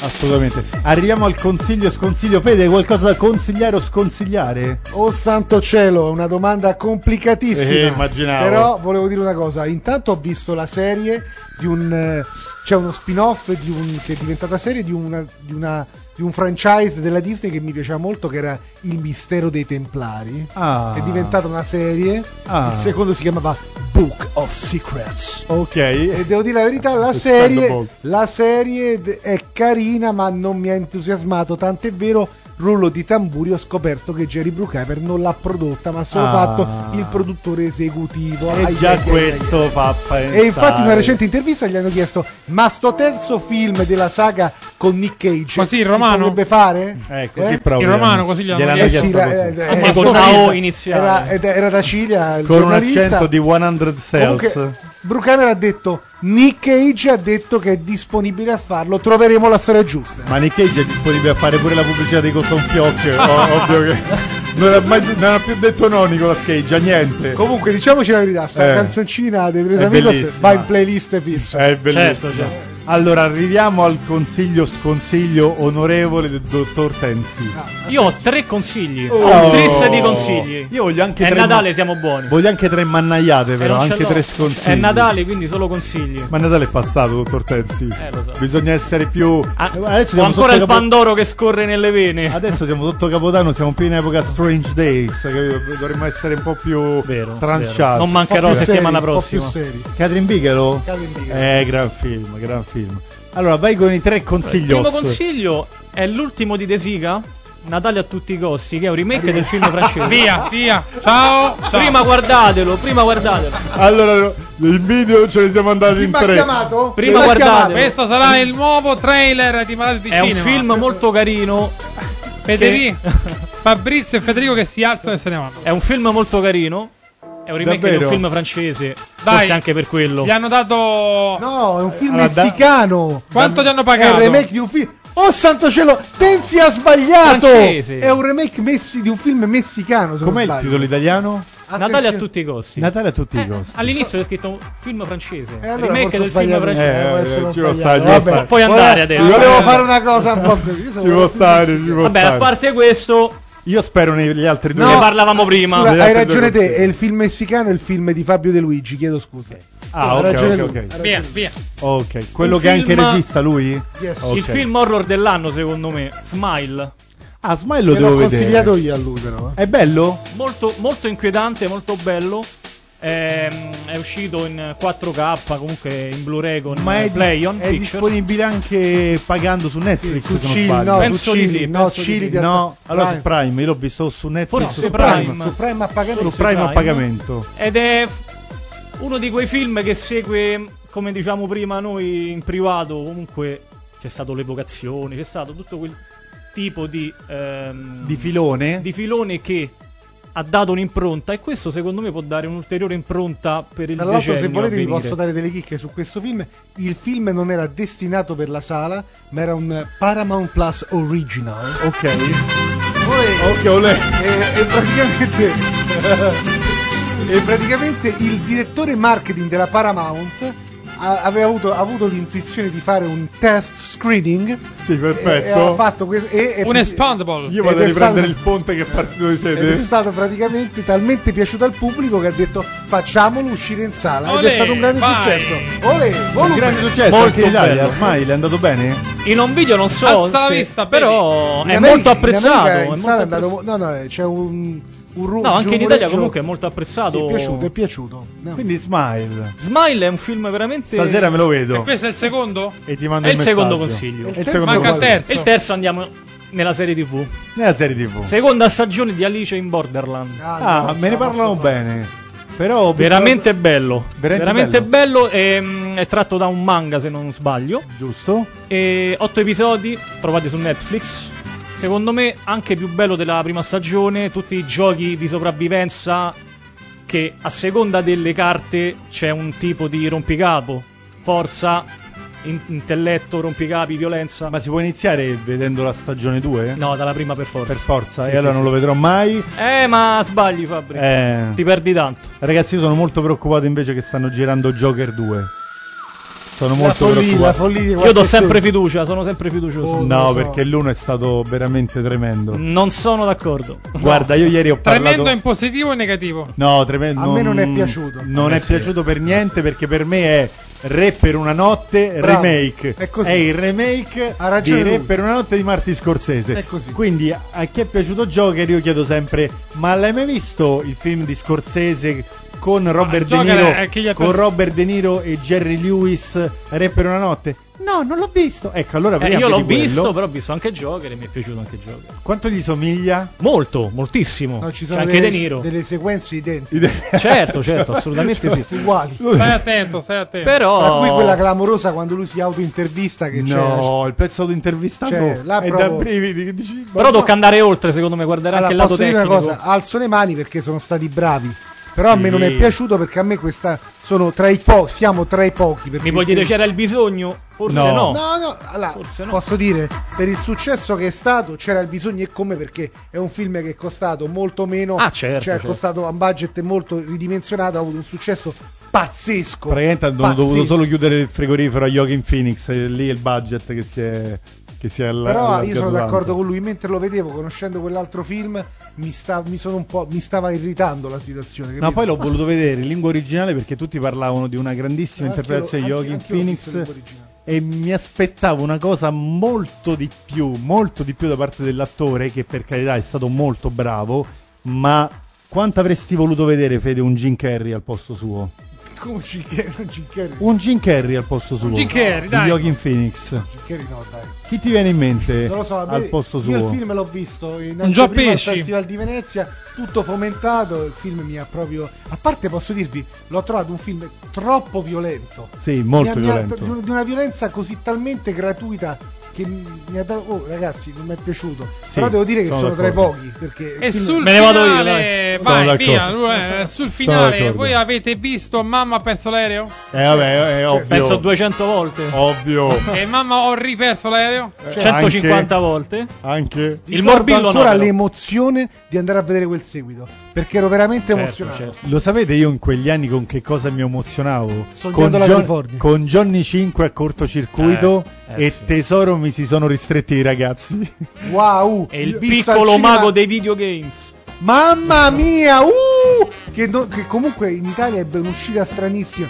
Speaker 5: Assolutamente. Arriviamo al consiglio e sconsiglio. Fede, hai qualcosa da consigliare o sconsigliare?
Speaker 7: Oh santo cielo, è una domanda complicatissima.
Speaker 5: Eh, immaginavo.
Speaker 7: Però volevo dire una cosa, intanto ho visto la serie di un eh, c'è uno spin-off di un, che è diventata serie di una, di una- di un franchise della Disney che mi piaceva molto che era Il mistero dei Templari.
Speaker 5: Ah.
Speaker 7: È diventata una serie.
Speaker 5: Ah.
Speaker 7: Il secondo si chiamava Book of Secrets.
Speaker 5: Ok.
Speaker 7: E Eh, devo dire la verità, la
Speaker 5: Spendo
Speaker 7: serie,
Speaker 5: molto.
Speaker 7: la serie d- è carina, ma non mi ha entusiasmato. Tant'è vero, rullo di tamburi ho scoperto che Jerry Bruckheimer non l'ha prodotta ma ha solo
Speaker 5: Ah.
Speaker 7: fatto il produttore esecutivo
Speaker 5: E
Speaker 7: Ai,
Speaker 5: già
Speaker 7: ai, ai,
Speaker 5: questo fa
Speaker 7: ai.
Speaker 5: pensare.
Speaker 7: e infatti in una recente intervista gli hanno chiesto ma sto terzo film della saga con Nick Cage
Speaker 6: Così, in
Speaker 7: si
Speaker 6: romano?
Speaker 7: potrebbe fare?
Speaker 5: Eh, così
Speaker 7: Eh?
Speaker 5: proviamo.
Speaker 6: Il romano così gli hanno
Speaker 5: Gliel'hanno
Speaker 7: Eh
Speaker 5: chiesto
Speaker 7: sì, la-
Speaker 5: così.
Speaker 7: eh,
Speaker 8: Anche
Speaker 7: eh,
Speaker 8: con
Speaker 7: sono
Speaker 8: la O
Speaker 7: vista.
Speaker 8: iniziale.
Speaker 7: Era, ed era da Ciglia il
Speaker 5: Con un
Speaker 7: giornalista.
Speaker 5: accento di 100 Cells.
Speaker 7: Comunque, Bruckheimer ha detto Nick Cage ha detto che è disponibile a farlo troveremo la storia giusta
Speaker 5: Ma Nick Cage è disponibile a fare pure la pubblicità dei Cotton Fioc, o- ovvio che non ha, mai, non ha più detto no Nicolas Cage, a niente.
Speaker 7: comunque diciamoci la verità sta
Speaker 5: Eh.
Speaker 7: canzoncina dei
Speaker 5: È
Speaker 7: Tres Amigos
Speaker 5: bellissima. Eh.
Speaker 7: va in playlist fissa
Speaker 5: È bellissimo.
Speaker 7: Certo, certo.
Speaker 5: Allora, arriviamo al consiglio sconsiglio onorevole del dottor Tensi.
Speaker 8: Io ho tre consigli.
Speaker 5: Oh.
Speaker 8: Ho un tris di consigli.
Speaker 5: Io voglio anche
Speaker 8: È
Speaker 5: tre
Speaker 8: Natale,
Speaker 5: ma-
Speaker 8: siamo buoni.
Speaker 5: Voglio anche tre mannaiate,
Speaker 8: Eh,
Speaker 5: però,
Speaker 8: non ce
Speaker 5: anche
Speaker 8: l'ho.
Speaker 5: tre sconsigli.
Speaker 8: È Natale, quindi solo consigli.
Speaker 5: Ma Natale è passato, dottor Tensi.
Speaker 8: Eh, lo so.
Speaker 5: Bisogna essere più. Eh, Adesso
Speaker 8: Ah, Ho
Speaker 5: siamo
Speaker 8: ancora il
Speaker 5: sotto Ah, Capo-
Speaker 8: Pandoro che scorre nelle vene.
Speaker 5: Adesso siamo sotto Capodanno, siamo più in epoca Strange Days, capito? dovremmo essere un po' più tranciati.
Speaker 8: vero. Non mancherò
Speaker 5: Un po' più
Speaker 8: settimana
Speaker 5: seri, un po'
Speaker 8: prossima.
Speaker 5: più seri. Catherine Bigelow?
Speaker 8: Catherine Bigelow.
Speaker 5: Eh, gran film, gran film. Allora, vai con i tre
Speaker 8: Il primo
Speaker 5: consiglios.
Speaker 8: consiglio è l'ultimo di De Sica. Natale a tutti i costi, che è un remake del film francese.
Speaker 6: Ah, Via, via. Ciao, ciao.
Speaker 8: Prima guardatelo, prima guardatelo.
Speaker 5: Allora, il video ce ne siamo andati in
Speaker 7: Chi m'ha
Speaker 5: tre.
Speaker 7: chiamato?
Speaker 8: Prima guardatelo.
Speaker 6: Questo sarà il nuovo trailer di Malati di
Speaker 8: È un
Speaker 6: Cinema.
Speaker 8: film molto carino.
Speaker 6: Federico, Fabrizio e Federico che si alzano e se ne vanno.
Speaker 8: È un film molto carino. È un remake di
Speaker 6: Davvero?
Speaker 8: un film francese.
Speaker 6: Dai.
Speaker 8: Forse anche per quello.
Speaker 6: Gli hanno dato.
Speaker 7: No, è un film
Speaker 8: Allora, da-
Speaker 7: messicano.
Speaker 6: Quanto ti
Speaker 8: Eh,
Speaker 6: hanno
Speaker 7: È
Speaker 6: pagato?
Speaker 7: un remake di un film. Oh santo cielo, Tenzi ha sbagliato!
Speaker 8: Francese.
Speaker 7: È un remake messi- di un film messicano. se non
Speaker 5: Com'è il
Speaker 7: sbaglio.
Speaker 5: titolo italiano?
Speaker 8: Natale a tutti i costi.
Speaker 5: Natale a tutti i costi.
Speaker 8: All'inizio c'è scritto film francese.
Speaker 7: Eh, allora
Speaker 8: remake
Speaker 7: forse ho
Speaker 8: del film
Speaker 7: sbagliato.
Speaker 8: francese.
Speaker 7: Eh, adesso l'ho
Speaker 5: ci può
Speaker 7: sbagliato.
Speaker 5: stare, ci può
Speaker 7: Vabbè,
Speaker 5: stare.
Speaker 8: Puoi andare adesso.
Speaker 7: Volevo fare una cosa un po' così. Io
Speaker 5: Ci può stare, ci può
Speaker 8: Vabbè, a
Speaker 5: stare.
Speaker 8: parte questo,
Speaker 5: Io spero negli altri due.
Speaker 8: ne parlavamo prima.
Speaker 7: Scusa,
Speaker 5: Vedete
Speaker 7: hai
Speaker 5: due
Speaker 7: ragione te,
Speaker 5: consigli.
Speaker 7: è il film messicano e il film di Fabio De Luigi, chiedo scusa.
Speaker 5: Ah,
Speaker 7: Ha
Speaker 5: ok,
Speaker 7: ragione
Speaker 5: ok,
Speaker 7: lui, ha
Speaker 5: ok.
Speaker 7: ragione
Speaker 6: Via,
Speaker 7: lui.
Speaker 6: via.
Speaker 5: Ok, quello
Speaker 8: Un
Speaker 5: che è anche
Speaker 8: film-
Speaker 5: regista lui?
Speaker 7: Yes.
Speaker 5: Ok.
Speaker 8: Il film horror dell'anno, secondo me, Smile.
Speaker 5: Ah, Smile lo
Speaker 7: Te
Speaker 5: devo
Speaker 7: l'ho
Speaker 5: vedere.
Speaker 7: consigliato io a lui però. eh.
Speaker 5: È bello?
Speaker 8: Molto, molto inquietante, molto bello. Ehm, è uscito in 4K, comunque in Blu-ray con
Speaker 5: Ma è,
Speaker 8: Play on
Speaker 5: è
Speaker 8: Picture.
Speaker 5: disponibile anche pagando su Netflix,
Speaker 7: Su
Speaker 5: Eh, se non
Speaker 7: Chili,
Speaker 5: sbaglio.
Speaker 7: no,
Speaker 8: Penso
Speaker 7: su
Speaker 8: di
Speaker 7: Chili,
Speaker 8: sì,
Speaker 7: no,
Speaker 8: penso di
Speaker 7: Chili
Speaker 8: sì.
Speaker 7: di-
Speaker 5: No, allora su
Speaker 7: Prime.
Speaker 5: Prime, io l'ho visto su Netflix.
Speaker 8: Forse
Speaker 5: su
Speaker 8: Prime.
Speaker 7: Su Prime ha pagato
Speaker 5: Su
Speaker 8: Forse
Speaker 5: Prime a
Speaker 8: Prime.
Speaker 5: pagamento.
Speaker 8: Ed è f- uno di quei film che segue, come diciamo prima noi in privato, comunque c'è stato l'evocazione, c'è stato tutto quel tipo di... ehm,
Speaker 5: Di filone?
Speaker 8: di filone che ha dato un'impronta e questo secondo me può dare un'ulteriore impronta per il
Speaker 7: Tra l'altro,
Speaker 8: decennio
Speaker 7: se
Speaker 8: a
Speaker 7: volete, vi
Speaker 8: venire.
Speaker 7: posso dare delle chicche su questo film. Il film non era destinato per la sala, ma era un Paramount Plus Original.
Speaker 5: Ok.
Speaker 7: Poi-
Speaker 5: Ok, olè.
Speaker 7: Eh, E, e praticamente. e praticamente il direttore marketing della Paramount a- aveva avuto, ha avuto l'intuizione di fare un test screening.
Speaker 5: Sì,
Speaker 7: E, e ha
Speaker 5: perfetto.
Speaker 7: fatto que- e- e-
Speaker 6: Un expandable.
Speaker 5: Io
Speaker 7: ed
Speaker 5: vado a
Speaker 7: è
Speaker 5: riprendere
Speaker 7: stato-
Speaker 5: il ponte che è partito di
Speaker 7: ed è
Speaker 5: sede.
Speaker 7: stato praticamente talmente piaciuto al pubblico che ha detto facciamolo uscire in sala ed
Speaker 6: Olè,
Speaker 7: è stato un grande
Speaker 6: vai.
Speaker 7: successo. Olè,
Speaker 5: Un
Speaker 7: volume.
Speaker 5: grande successo
Speaker 8: Molto
Speaker 5: anche in Italia.
Speaker 8: bello.
Speaker 5: Smile è andato bene?
Speaker 8: In un video non so,
Speaker 6: Alza la
Speaker 8: se-
Speaker 6: vista,
Speaker 8: però
Speaker 7: In
Speaker 8: è
Speaker 7: America-
Speaker 8: molto
Speaker 7: in
Speaker 8: apprezzato.
Speaker 7: America
Speaker 8: È
Speaker 7: in
Speaker 8: molto
Speaker 7: sala è
Speaker 8: apprezzato.
Speaker 7: andato- no, no, c'è un, un ru-
Speaker 8: No, anche in
Speaker 7: giureggio-
Speaker 8: Italia comunque è molto apprezzato.
Speaker 7: Sì, è piaciuto, è piaciuto. No.
Speaker 5: Quindi Smile.
Speaker 8: Smile è un film veramente...
Speaker 5: Stasera me lo vedo.
Speaker 6: Questo è il secondo?
Speaker 5: E ti mando
Speaker 8: È
Speaker 5: un
Speaker 8: il secondo
Speaker 5: messaggio.
Speaker 8: consiglio.
Speaker 5: È il
Speaker 7: Manca
Speaker 5: secondo
Speaker 6: Manca il
Speaker 5: consiglio.
Speaker 8: E il
Speaker 6: terzo.
Speaker 8: terzo andiamo nella serie TV.
Speaker 5: Nella serie TV.
Speaker 8: Seconda stagione di Alice in Borderland.
Speaker 5: Ah, me ne parlano bene. Però ho
Speaker 8: Veramente bello.
Speaker 5: Veramente
Speaker 8: Veramente, bello. ehm, è tratto da un manga, se non sbaglio.
Speaker 5: Giusto?
Speaker 8: E otto episodi trovati su Netflix. Secondo me anche più bello della prima stagione, tutti i giochi di sopravvivenza che a seconda delle carte c'è un tipo di rompicapo, forza, in- intelletto, rompicapi, violenza.
Speaker 5: Ma si può iniziare vedendo la stagione 2?
Speaker 8: No, dalla prima per forza.
Speaker 5: Per forza,
Speaker 8: Sì,
Speaker 5: e
Speaker 8: sì,
Speaker 5: allora
Speaker 8: sì.
Speaker 5: non lo vedrò mai.
Speaker 8: Eh, ma sbagli Fabri.
Speaker 5: Eh.
Speaker 8: Ti perdi tanto.
Speaker 5: Ragazzi, io sono molto preoccupato invece che stanno girando Joker 2. Sono
Speaker 7: La
Speaker 5: molto
Speaker 7: follia, la
Speaker 5: preoccupato.
Speaker 7: follia di
Speaker 8: Io
Speaker 7: qualche
Speaker 8: do sempre
Speaker 7: giorno.
Speaker 8: fiducia, sono sempre fiducioso.
Speaker 5: No,
Speaker 7: Oh, lo so.
Speaker 5: perché l'uno è stato veramente tremendo.
Speaker 8: Non sono d'accordo.
Speaker 5: Guarda, io ieri ho
Speaker 6: Tremendo
Speaker 5: parlato.
Speaker 6: in positivo e negativo.
Speaker 5: No, tremendo. mm,
Speaker 7: A me non è piaciuto.
Speaker 5: Non
Speaker 8: me
Speaker 5: è
Speaker 8: sì.
Speaker 5: piaciuto per niente perché per me è Re per una notte
Speaker 7: Bravo.
Speaker 5: remake.
Speaker 7: È così.
Speaker 5: il remake
Speaker 7: Ha
Speaker 5: di
Speaker 7: ragione
Speaker 5: Re
Speaker 7: lui.
Speaker 5: per una notte di Marti Scorsese.
Speaker 7: È così.
Speaker 5: Quindi a a chi è piaciuto Joker io chiedo sempre "Ma l'hai mai visto il film di Scorsese con Robert
Speaker 6: gioca
Speaker 5: De Niro
Speaker 6: è chi gli ha
Speaker 5: con
Speaker 6: per-
Speaker 5: Robert De Niro e Jerry Lewis Re per una notte no non l'ho visto ecco allora
Speaker 8: Eh,
Speaker 5: prima
Speaker 8: io
Speaker 5: di
Speaker 8: l'ho
Speaker 5: quello-
Speaker 8: visto, però ho visto anche Joker e mi è piaciuto anche Joker.
Speaker 5: quanto gli somiglia?
Speaker 8: molto moltissimo
Speaker 7: No, ci sono
Speaker 8: C'è anche
Speaker 7: delle,
Speaker 8: De Niro.
Speaker 7: delle sequenze identiche.
Speaker 8: Certo, certo, assolutamente sì.
Speaker 7: Uguali.
Speaker 6: Stai attento, stai attento.
Speaker 8: Oh.
Speaker 7: Tra cui quella clamorosa quando lui si autointervista che c'è.
Speaker 5: no il pezzo intervistato
Speaker 7: Cioè, là
Speaker 5: è da
Speaker 7: proprio-
Speaker 5: brividi che dici, ma
Speaker 8: Però
Speaker 5: no.
Speaker 8: tocca andare oltre, secondo me, guardare anche il
Speaker 7: Allora,
Speaker 8: lato
Speaker 7: posso dire una
Speaker 8: tecnico.
Speaker 7: cosa, Ah, alzo le mani perché sono stati bravi. Però a
Speaker 8: Sì.
Speaker 7: me non è piaciuto perché a me questa sono tra i po- siamo tra i pochi. perché-
Speaker 8: Mi puoi dire c'era il bisogno? Forse no.
Speaker 7: No, no, allora, posso dire, per il successo che è stato c'era il bisogno e come perché è un film che è costato molto meno,
Speaker 8: Ah, certo,
Speaker 7: cioè è
Speaker 8: certo.
Speaker 7: costato un budget molto ridimensionato, ha avuto un successo pazzesco.
Speaker 5: praticamente hanno
Speaker 7: pazzesco.
Speaker 5: dovuto solo chiudere il frigorifero a Joaquin Phoenix e lì il budget che si è che si è alla-
Speaker 7: Però io
Speaker 5: allargato
Speaker 7: sono
Speaker 5: tanto.
Speaker 7: d'accordo con lui, mentre lo vedevo, conoscendo quell'altro film, mi, sta- mi sono un po', mi stava irritando la situazione.
Speaker 5: No,
Speaker 7: capito?
Speaker 5: poi l'ho voluto vedere in lingua originale perché tutti parlavano di una grandissima
Speaker 7: Anch'io-
Speaker 5: interpretazione di
Speaker 7: anch'io-
Speaker 5: Joaquin
Speaker 7: anch'io l'ho visto in
Speaker 5: Phoenix
Speaker 7: lingua originale.
Speaker 5: e mi aspettavo una cosa molto di più, molto di più da parte dell'attore che per carità è stato molto bravo, ma quanto avresti voluto vedere Fede un Jim Carrey al posto suo?
Speaker 7: Come Jim Carrey? no, Jim Carrey-
Speaker 5: Un Jim Carrey al posto suo.
Speaker 7: Jim Carrey,
Speaker 5: di
Speaker 7: dai.
Speaker 5: Joaquin Phoenix.
Speaker 7: Jim Carrey no, dai.
Speaker 5: Chi ti viene in mente
Speaker 7: Non lo so, a me-
Speaker 5: al posto suo?
Speaker 7: Io il film l'ho visto in
Speaker 5: Un Gio
Speaker 7: anteprima al
Speaker 5: Pesci.
Speaker 7: Festival di Venezia, tutto fomentato, il film mi ha proprio... A parte posso dirvi, l'ho trovato un film troppo violento.
Speaker 5: Sì, molto
Speaker 7: Mi ha- mi ha-
Speaker 5: violento.
Speaker 7: di un- di una violenza così talmente gratuita che mi ha dato... Oh ragazzi, non mi è piaciuto. Però devo dire che sono,
Speaker 5: sono
Speaker 7: tra i
Speaker 5: d'accordo.
Speaker 7: pochi. Perché
Speaker 6: E
Speaker 7: il film-
Speaker 6: sul finale,
Speaker 5: dai. Sono
Speaker 6: vai
Speaker 5: d'accordo.
Speaker 6: via, lui è- sul finale,
Speaker 5: d'accordo.
Speaker 6: voi avete visto Mamma ha perso l'aereo?
Speaker 5: Eh
Speaker 7: cioè,
Speaker 5: vabbè, è ovvio.
Speaker 8: Penso 200 volte.
Speaker 5: Ovvio.
Speaker 6: E Mamma ho riperso l'aereo?
Speaker 5: Cioè, 150 anche-
Speaker 8: volte?
Speaker 5: Anche
Speaker 7: Ricordo ancora l'emozione di andare a vedere quel seguito perché ero veramente
Speaker 5: Certo,
Speaker 7: emozionato.
Speaker 5: Lo sapete io in quegli anni con che cosa mi emozionavo? Con,
Speaker 7: Sognando la California.
Speaker 5: con Johnny 5 a cortocircuito
Speaker 7: Eh, eh
Speaker 5: e
Speaker 7: sì.
Speaker 5: Tesoro mi si sono ristretti i ragazzi.
Speaker 7: Wow!
Speaker 8: È il
Speaker 7: visto al
Speaker 8: piccolo
Speaker 7: cinema-
Speaker 8: mago dei videogames.
Speaker 7: Mamma mia! Uh! Che, no- che comunque in Italia ebbe un'uscita stranissima,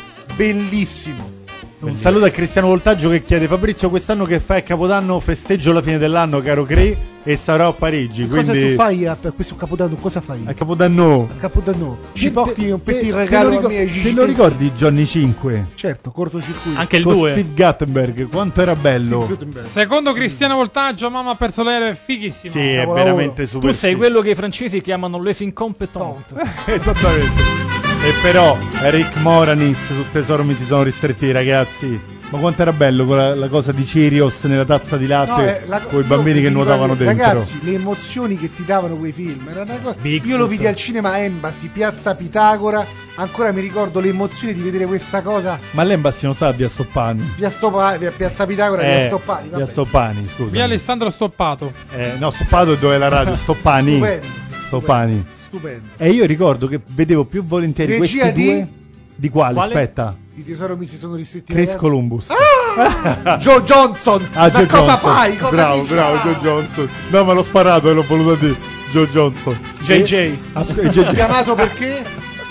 Speaker 7: bellissimo.
Speaker 5: Un saluto a Cristiano Voltaggio che chiede Fabrizio quest'anno che fai a Capodanno festeggio la fine dell'anno caro Cree e sarò a Parigi.
Speaker 7: Cosa
Speaker 5: quindi
Speaker 7: tu fai a, a questo capodanno? Cosa fai?
Speaker 5: a Capodanno
Speaker 7: A capodanno ci porti un
Speaker 5: te,
Speaker 7: petit
Speaker 5: te lo,
Speaker 7: regalo a
Speaker 5: ricor-
Speaker 7: me e Gigi
Speaker 5: te lo
Speaker 7: Tenzi?
Speaker 5: ricordi Johnny 5?
Speaker 7: Certo, cortocircuito.
Speaker 5: Con Steve Guttenberg, quanto era bello.
Speaker 6: Secondo Cristiano Voltaggio, Mamma ha perso l'aereo è fighissimo.
Speaker 5: Sì, è Cavolo. veramente super
Speaker 8: Tu sei
Speaker 5: figo.
Speaker 8: quello che i francesi chiamano les incompetents.
Speaker 5: Esattamente. E però Rick Moranis su Tesoro mi si sono ristretti i ragazzi. Ma quanto era bello quella la cosa di Cirios nella tazza di latte
Speaker 7: eh, la-
Speaker 5: con i
Speaker 7: io
Speaker 5: bambini
Speaker 7: vi
Speaker 5: che
Speaker 7: dico
Speaker 5: nuotavano
Speaker 7: anche,
Speaker 5: dentro.
Speaker 7: Ragazzi, le emozioni che ti davano quei film. Era una cosa- Io lo vidi al cinema Embassy, Piazza Pitagora. Ancora mi ricordo le emozioni di vedere questa cosa.
Speaker 5: Ma l'Embassy non stava a Via Stoppani.
Speaker 7: Via Stopa- via- Piazza Pitagora,
Speaker 5: Eh,
Speaker 7: via Stoppani.
Speaker 5: Via Stoppani, scusa.
Speaker 6: Via Alessandro Stoppato.
Speaker 5: Eh, no, Stoppato è dove è la radio, Stoppani.
Speaker 7: Stupendo,
Speaker 5: Stoppani.
Speaker 7: Stupendo.
Speaker 5: E io ricordo che vedevo più volentieri
Speaker 7: Regia
Speaker 5: questi
Speaker 7: di-
Speaker 5: due. Di quale?
Speaker 7: Quale?
Speaker 5: Aspetta.
Speaker 7: I tesoro mi si sono ristretti.
Speaker 5: Chris
Speaker 7: ragazzi.
Speaker 5: Columbus.
Speaker 7: Ah! Joe Johnson.
Speaker 5: Ah,
Speaker 7: ma
Speaker 5: Joe
Speaker 7: cosa
Speaker 5: Johnson.
Speaker 7: fai? Cosa
Speaker 5: bravo,
Speaker 7: dici?
Speaker 5: bravo,
Speaker 7: Ah!
Speaker 5: Joe Johnson. No, ma l'ho sparato e l'ho voluto dire. Joe Johnson.
Speaker 8: JJ.
Speaker 5: Asco- eh, JJ.
Speaker 7: Ah, chiamato perché?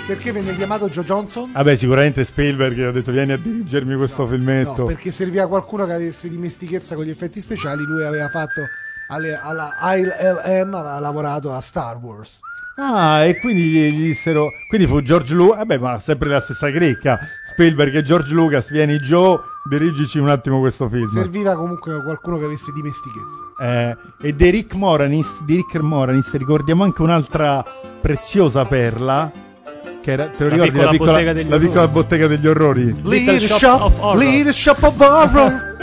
Speaker 7: Perché venne chiamato Joe Johnson?
Speaker 5: Vabbè, sicuramente Spielberg gli ha detto vieni a dirigermi questo
Speaker 7: No,
Speaker 5: filmetto.
Speaker 7: perché serviva qualcuno che avesse dimestichezza con gli effetti speciali. Lui aveva fatto alle- alla ILM, aveva lavorato a Star Wars.
Speaker 5: Ah, e quindi gli, gli dissero... Quindi fu George Lucas... Vabbè, ma sempre la stessa cricca. Spielberg e George Lucas, vieni Joe, dirigici un attimo questo film.
Speaker 7: Serviva comunque qualcuno che avesse dimestichezza.
Speaker 5: Eh, e di Rick Moranis, di Rick Moranis ricordiamo anche un'altra preziosa perla che era, te lo
Speaker 8: La
Speaker 5: ricordi
Speaker 8: piccola
Speaker 5: la piccola,
Speaker 8: bottega degli
Speaker 5: la piccola
Speaker 8: orrori.
Speaker 5: bottega degli orrori
Speaker 8: Little Shop of Horror.
Speaker 7: Leadership of Horror.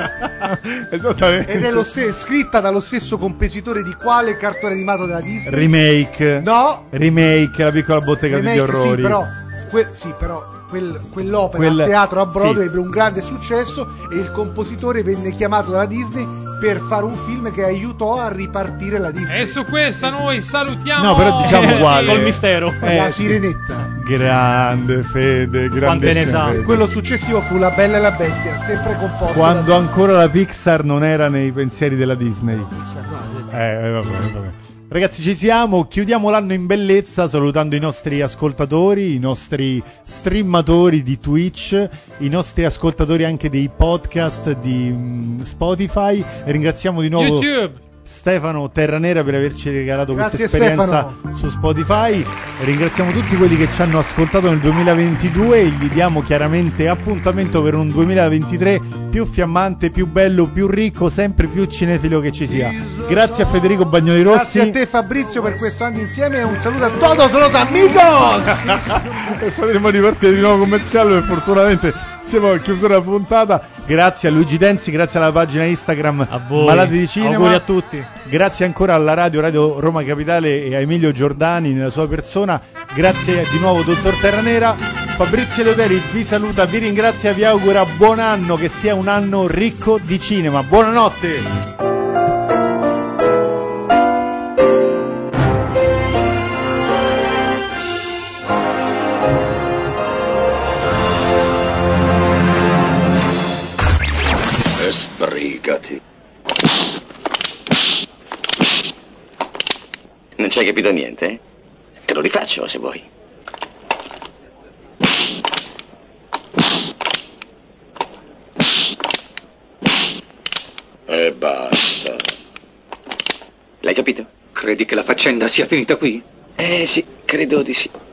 Speaker 5: Esattamente.
Speaker 7: Ed è lo ste- scritta dallo stesso compositore di quale cartone animato della Disney?
Speaker 5: remake
Speaker 7: No.
Speaker 5: remake la piccola bottega degli
Speaker 7: Remake,
Speaker 5: orrori
Speaker 7: Sì, però, que- sì, però quel- quell'opera
Speaker 5: Quel-
Speaker 7: a teatro a Broadway
Speaker 5: sì.
Speaker 7: ebbe un grande successo e il compositore venne chiamato dalla Disney per fare un film che aiutò a ripartire la Disney.
Speaker 6: E su questa noi salutiamo.
Speaker 5: no però diciamo uguale
Speaker 7: la
Speaker 5: Eh, sì.
Speaker 7: sirenetta.
Speaker 5: grande fede grande Fede.
Speaker 7: Quello successivo fu La Bella e la Bestia, sempre composto
Speaker 5: quando
Speaker 7: da...
Speaker 5: ancora la Pixar non era nei pensieri della Disney
Speaker 7: Guarda,
Speaker 5: Eh, vabbè, vabbè. Ragazzi, ci siamo, chiudiamo l'anno in bellezza salutando i nostri ascoltatori, i nostri streamatori di Twitch, i nostri ascoltatori anche dei podcast di mm, Spotify. Ringraziamo di nuovo
Speaker 6: YouTube.
Speaker 5: Stefano Terranera per averci regalato
Speaker 7: Grazie,
Speaker 5: questa esperienza su Spotify. Ringraziamo tutti quelli che ci hanno ascoltato nel 2022 e gli diamo chiaramente appuntamento per un 2023 più fiammante, più bello, più ricco, sempre più cinefilo che ci sia. Grazie a Federico Bagnoli Rossi.
Speaker 7: Grazie a te Fabrizio per questo anno insieme e un saluto a todos los amigos!
Speaker 5: e saremo ripartiti di nuovo con Mezzcallo e fortunatamente siamo a chiusura della puntata grazie a Luigi Denzi grazie alla pagina Instagram Malati di Cinema
Speaker 8: Auguri a tutti.
Speaker 5: grazie ancora alla radio Radio Roma Capitale e a Emilio Giordani nella sua persona grazie di nuovo dottor Terranera Fabrizio Leoteri vi saluta vi ringrazia vi augura buon anno che sia un anno ricco di cinema buonanotte
Speaker 11: E sbrigati.
Speaker 9: Non ci hai capito niente? eh? Te lo rifaccio se vuoi.
Speaker 11: E basta.
Speaker 9: L'hai capito?
Speaker 11: Credi che la faccenda sia finita qui?
Speaker 9: Eh sì, credo di sì.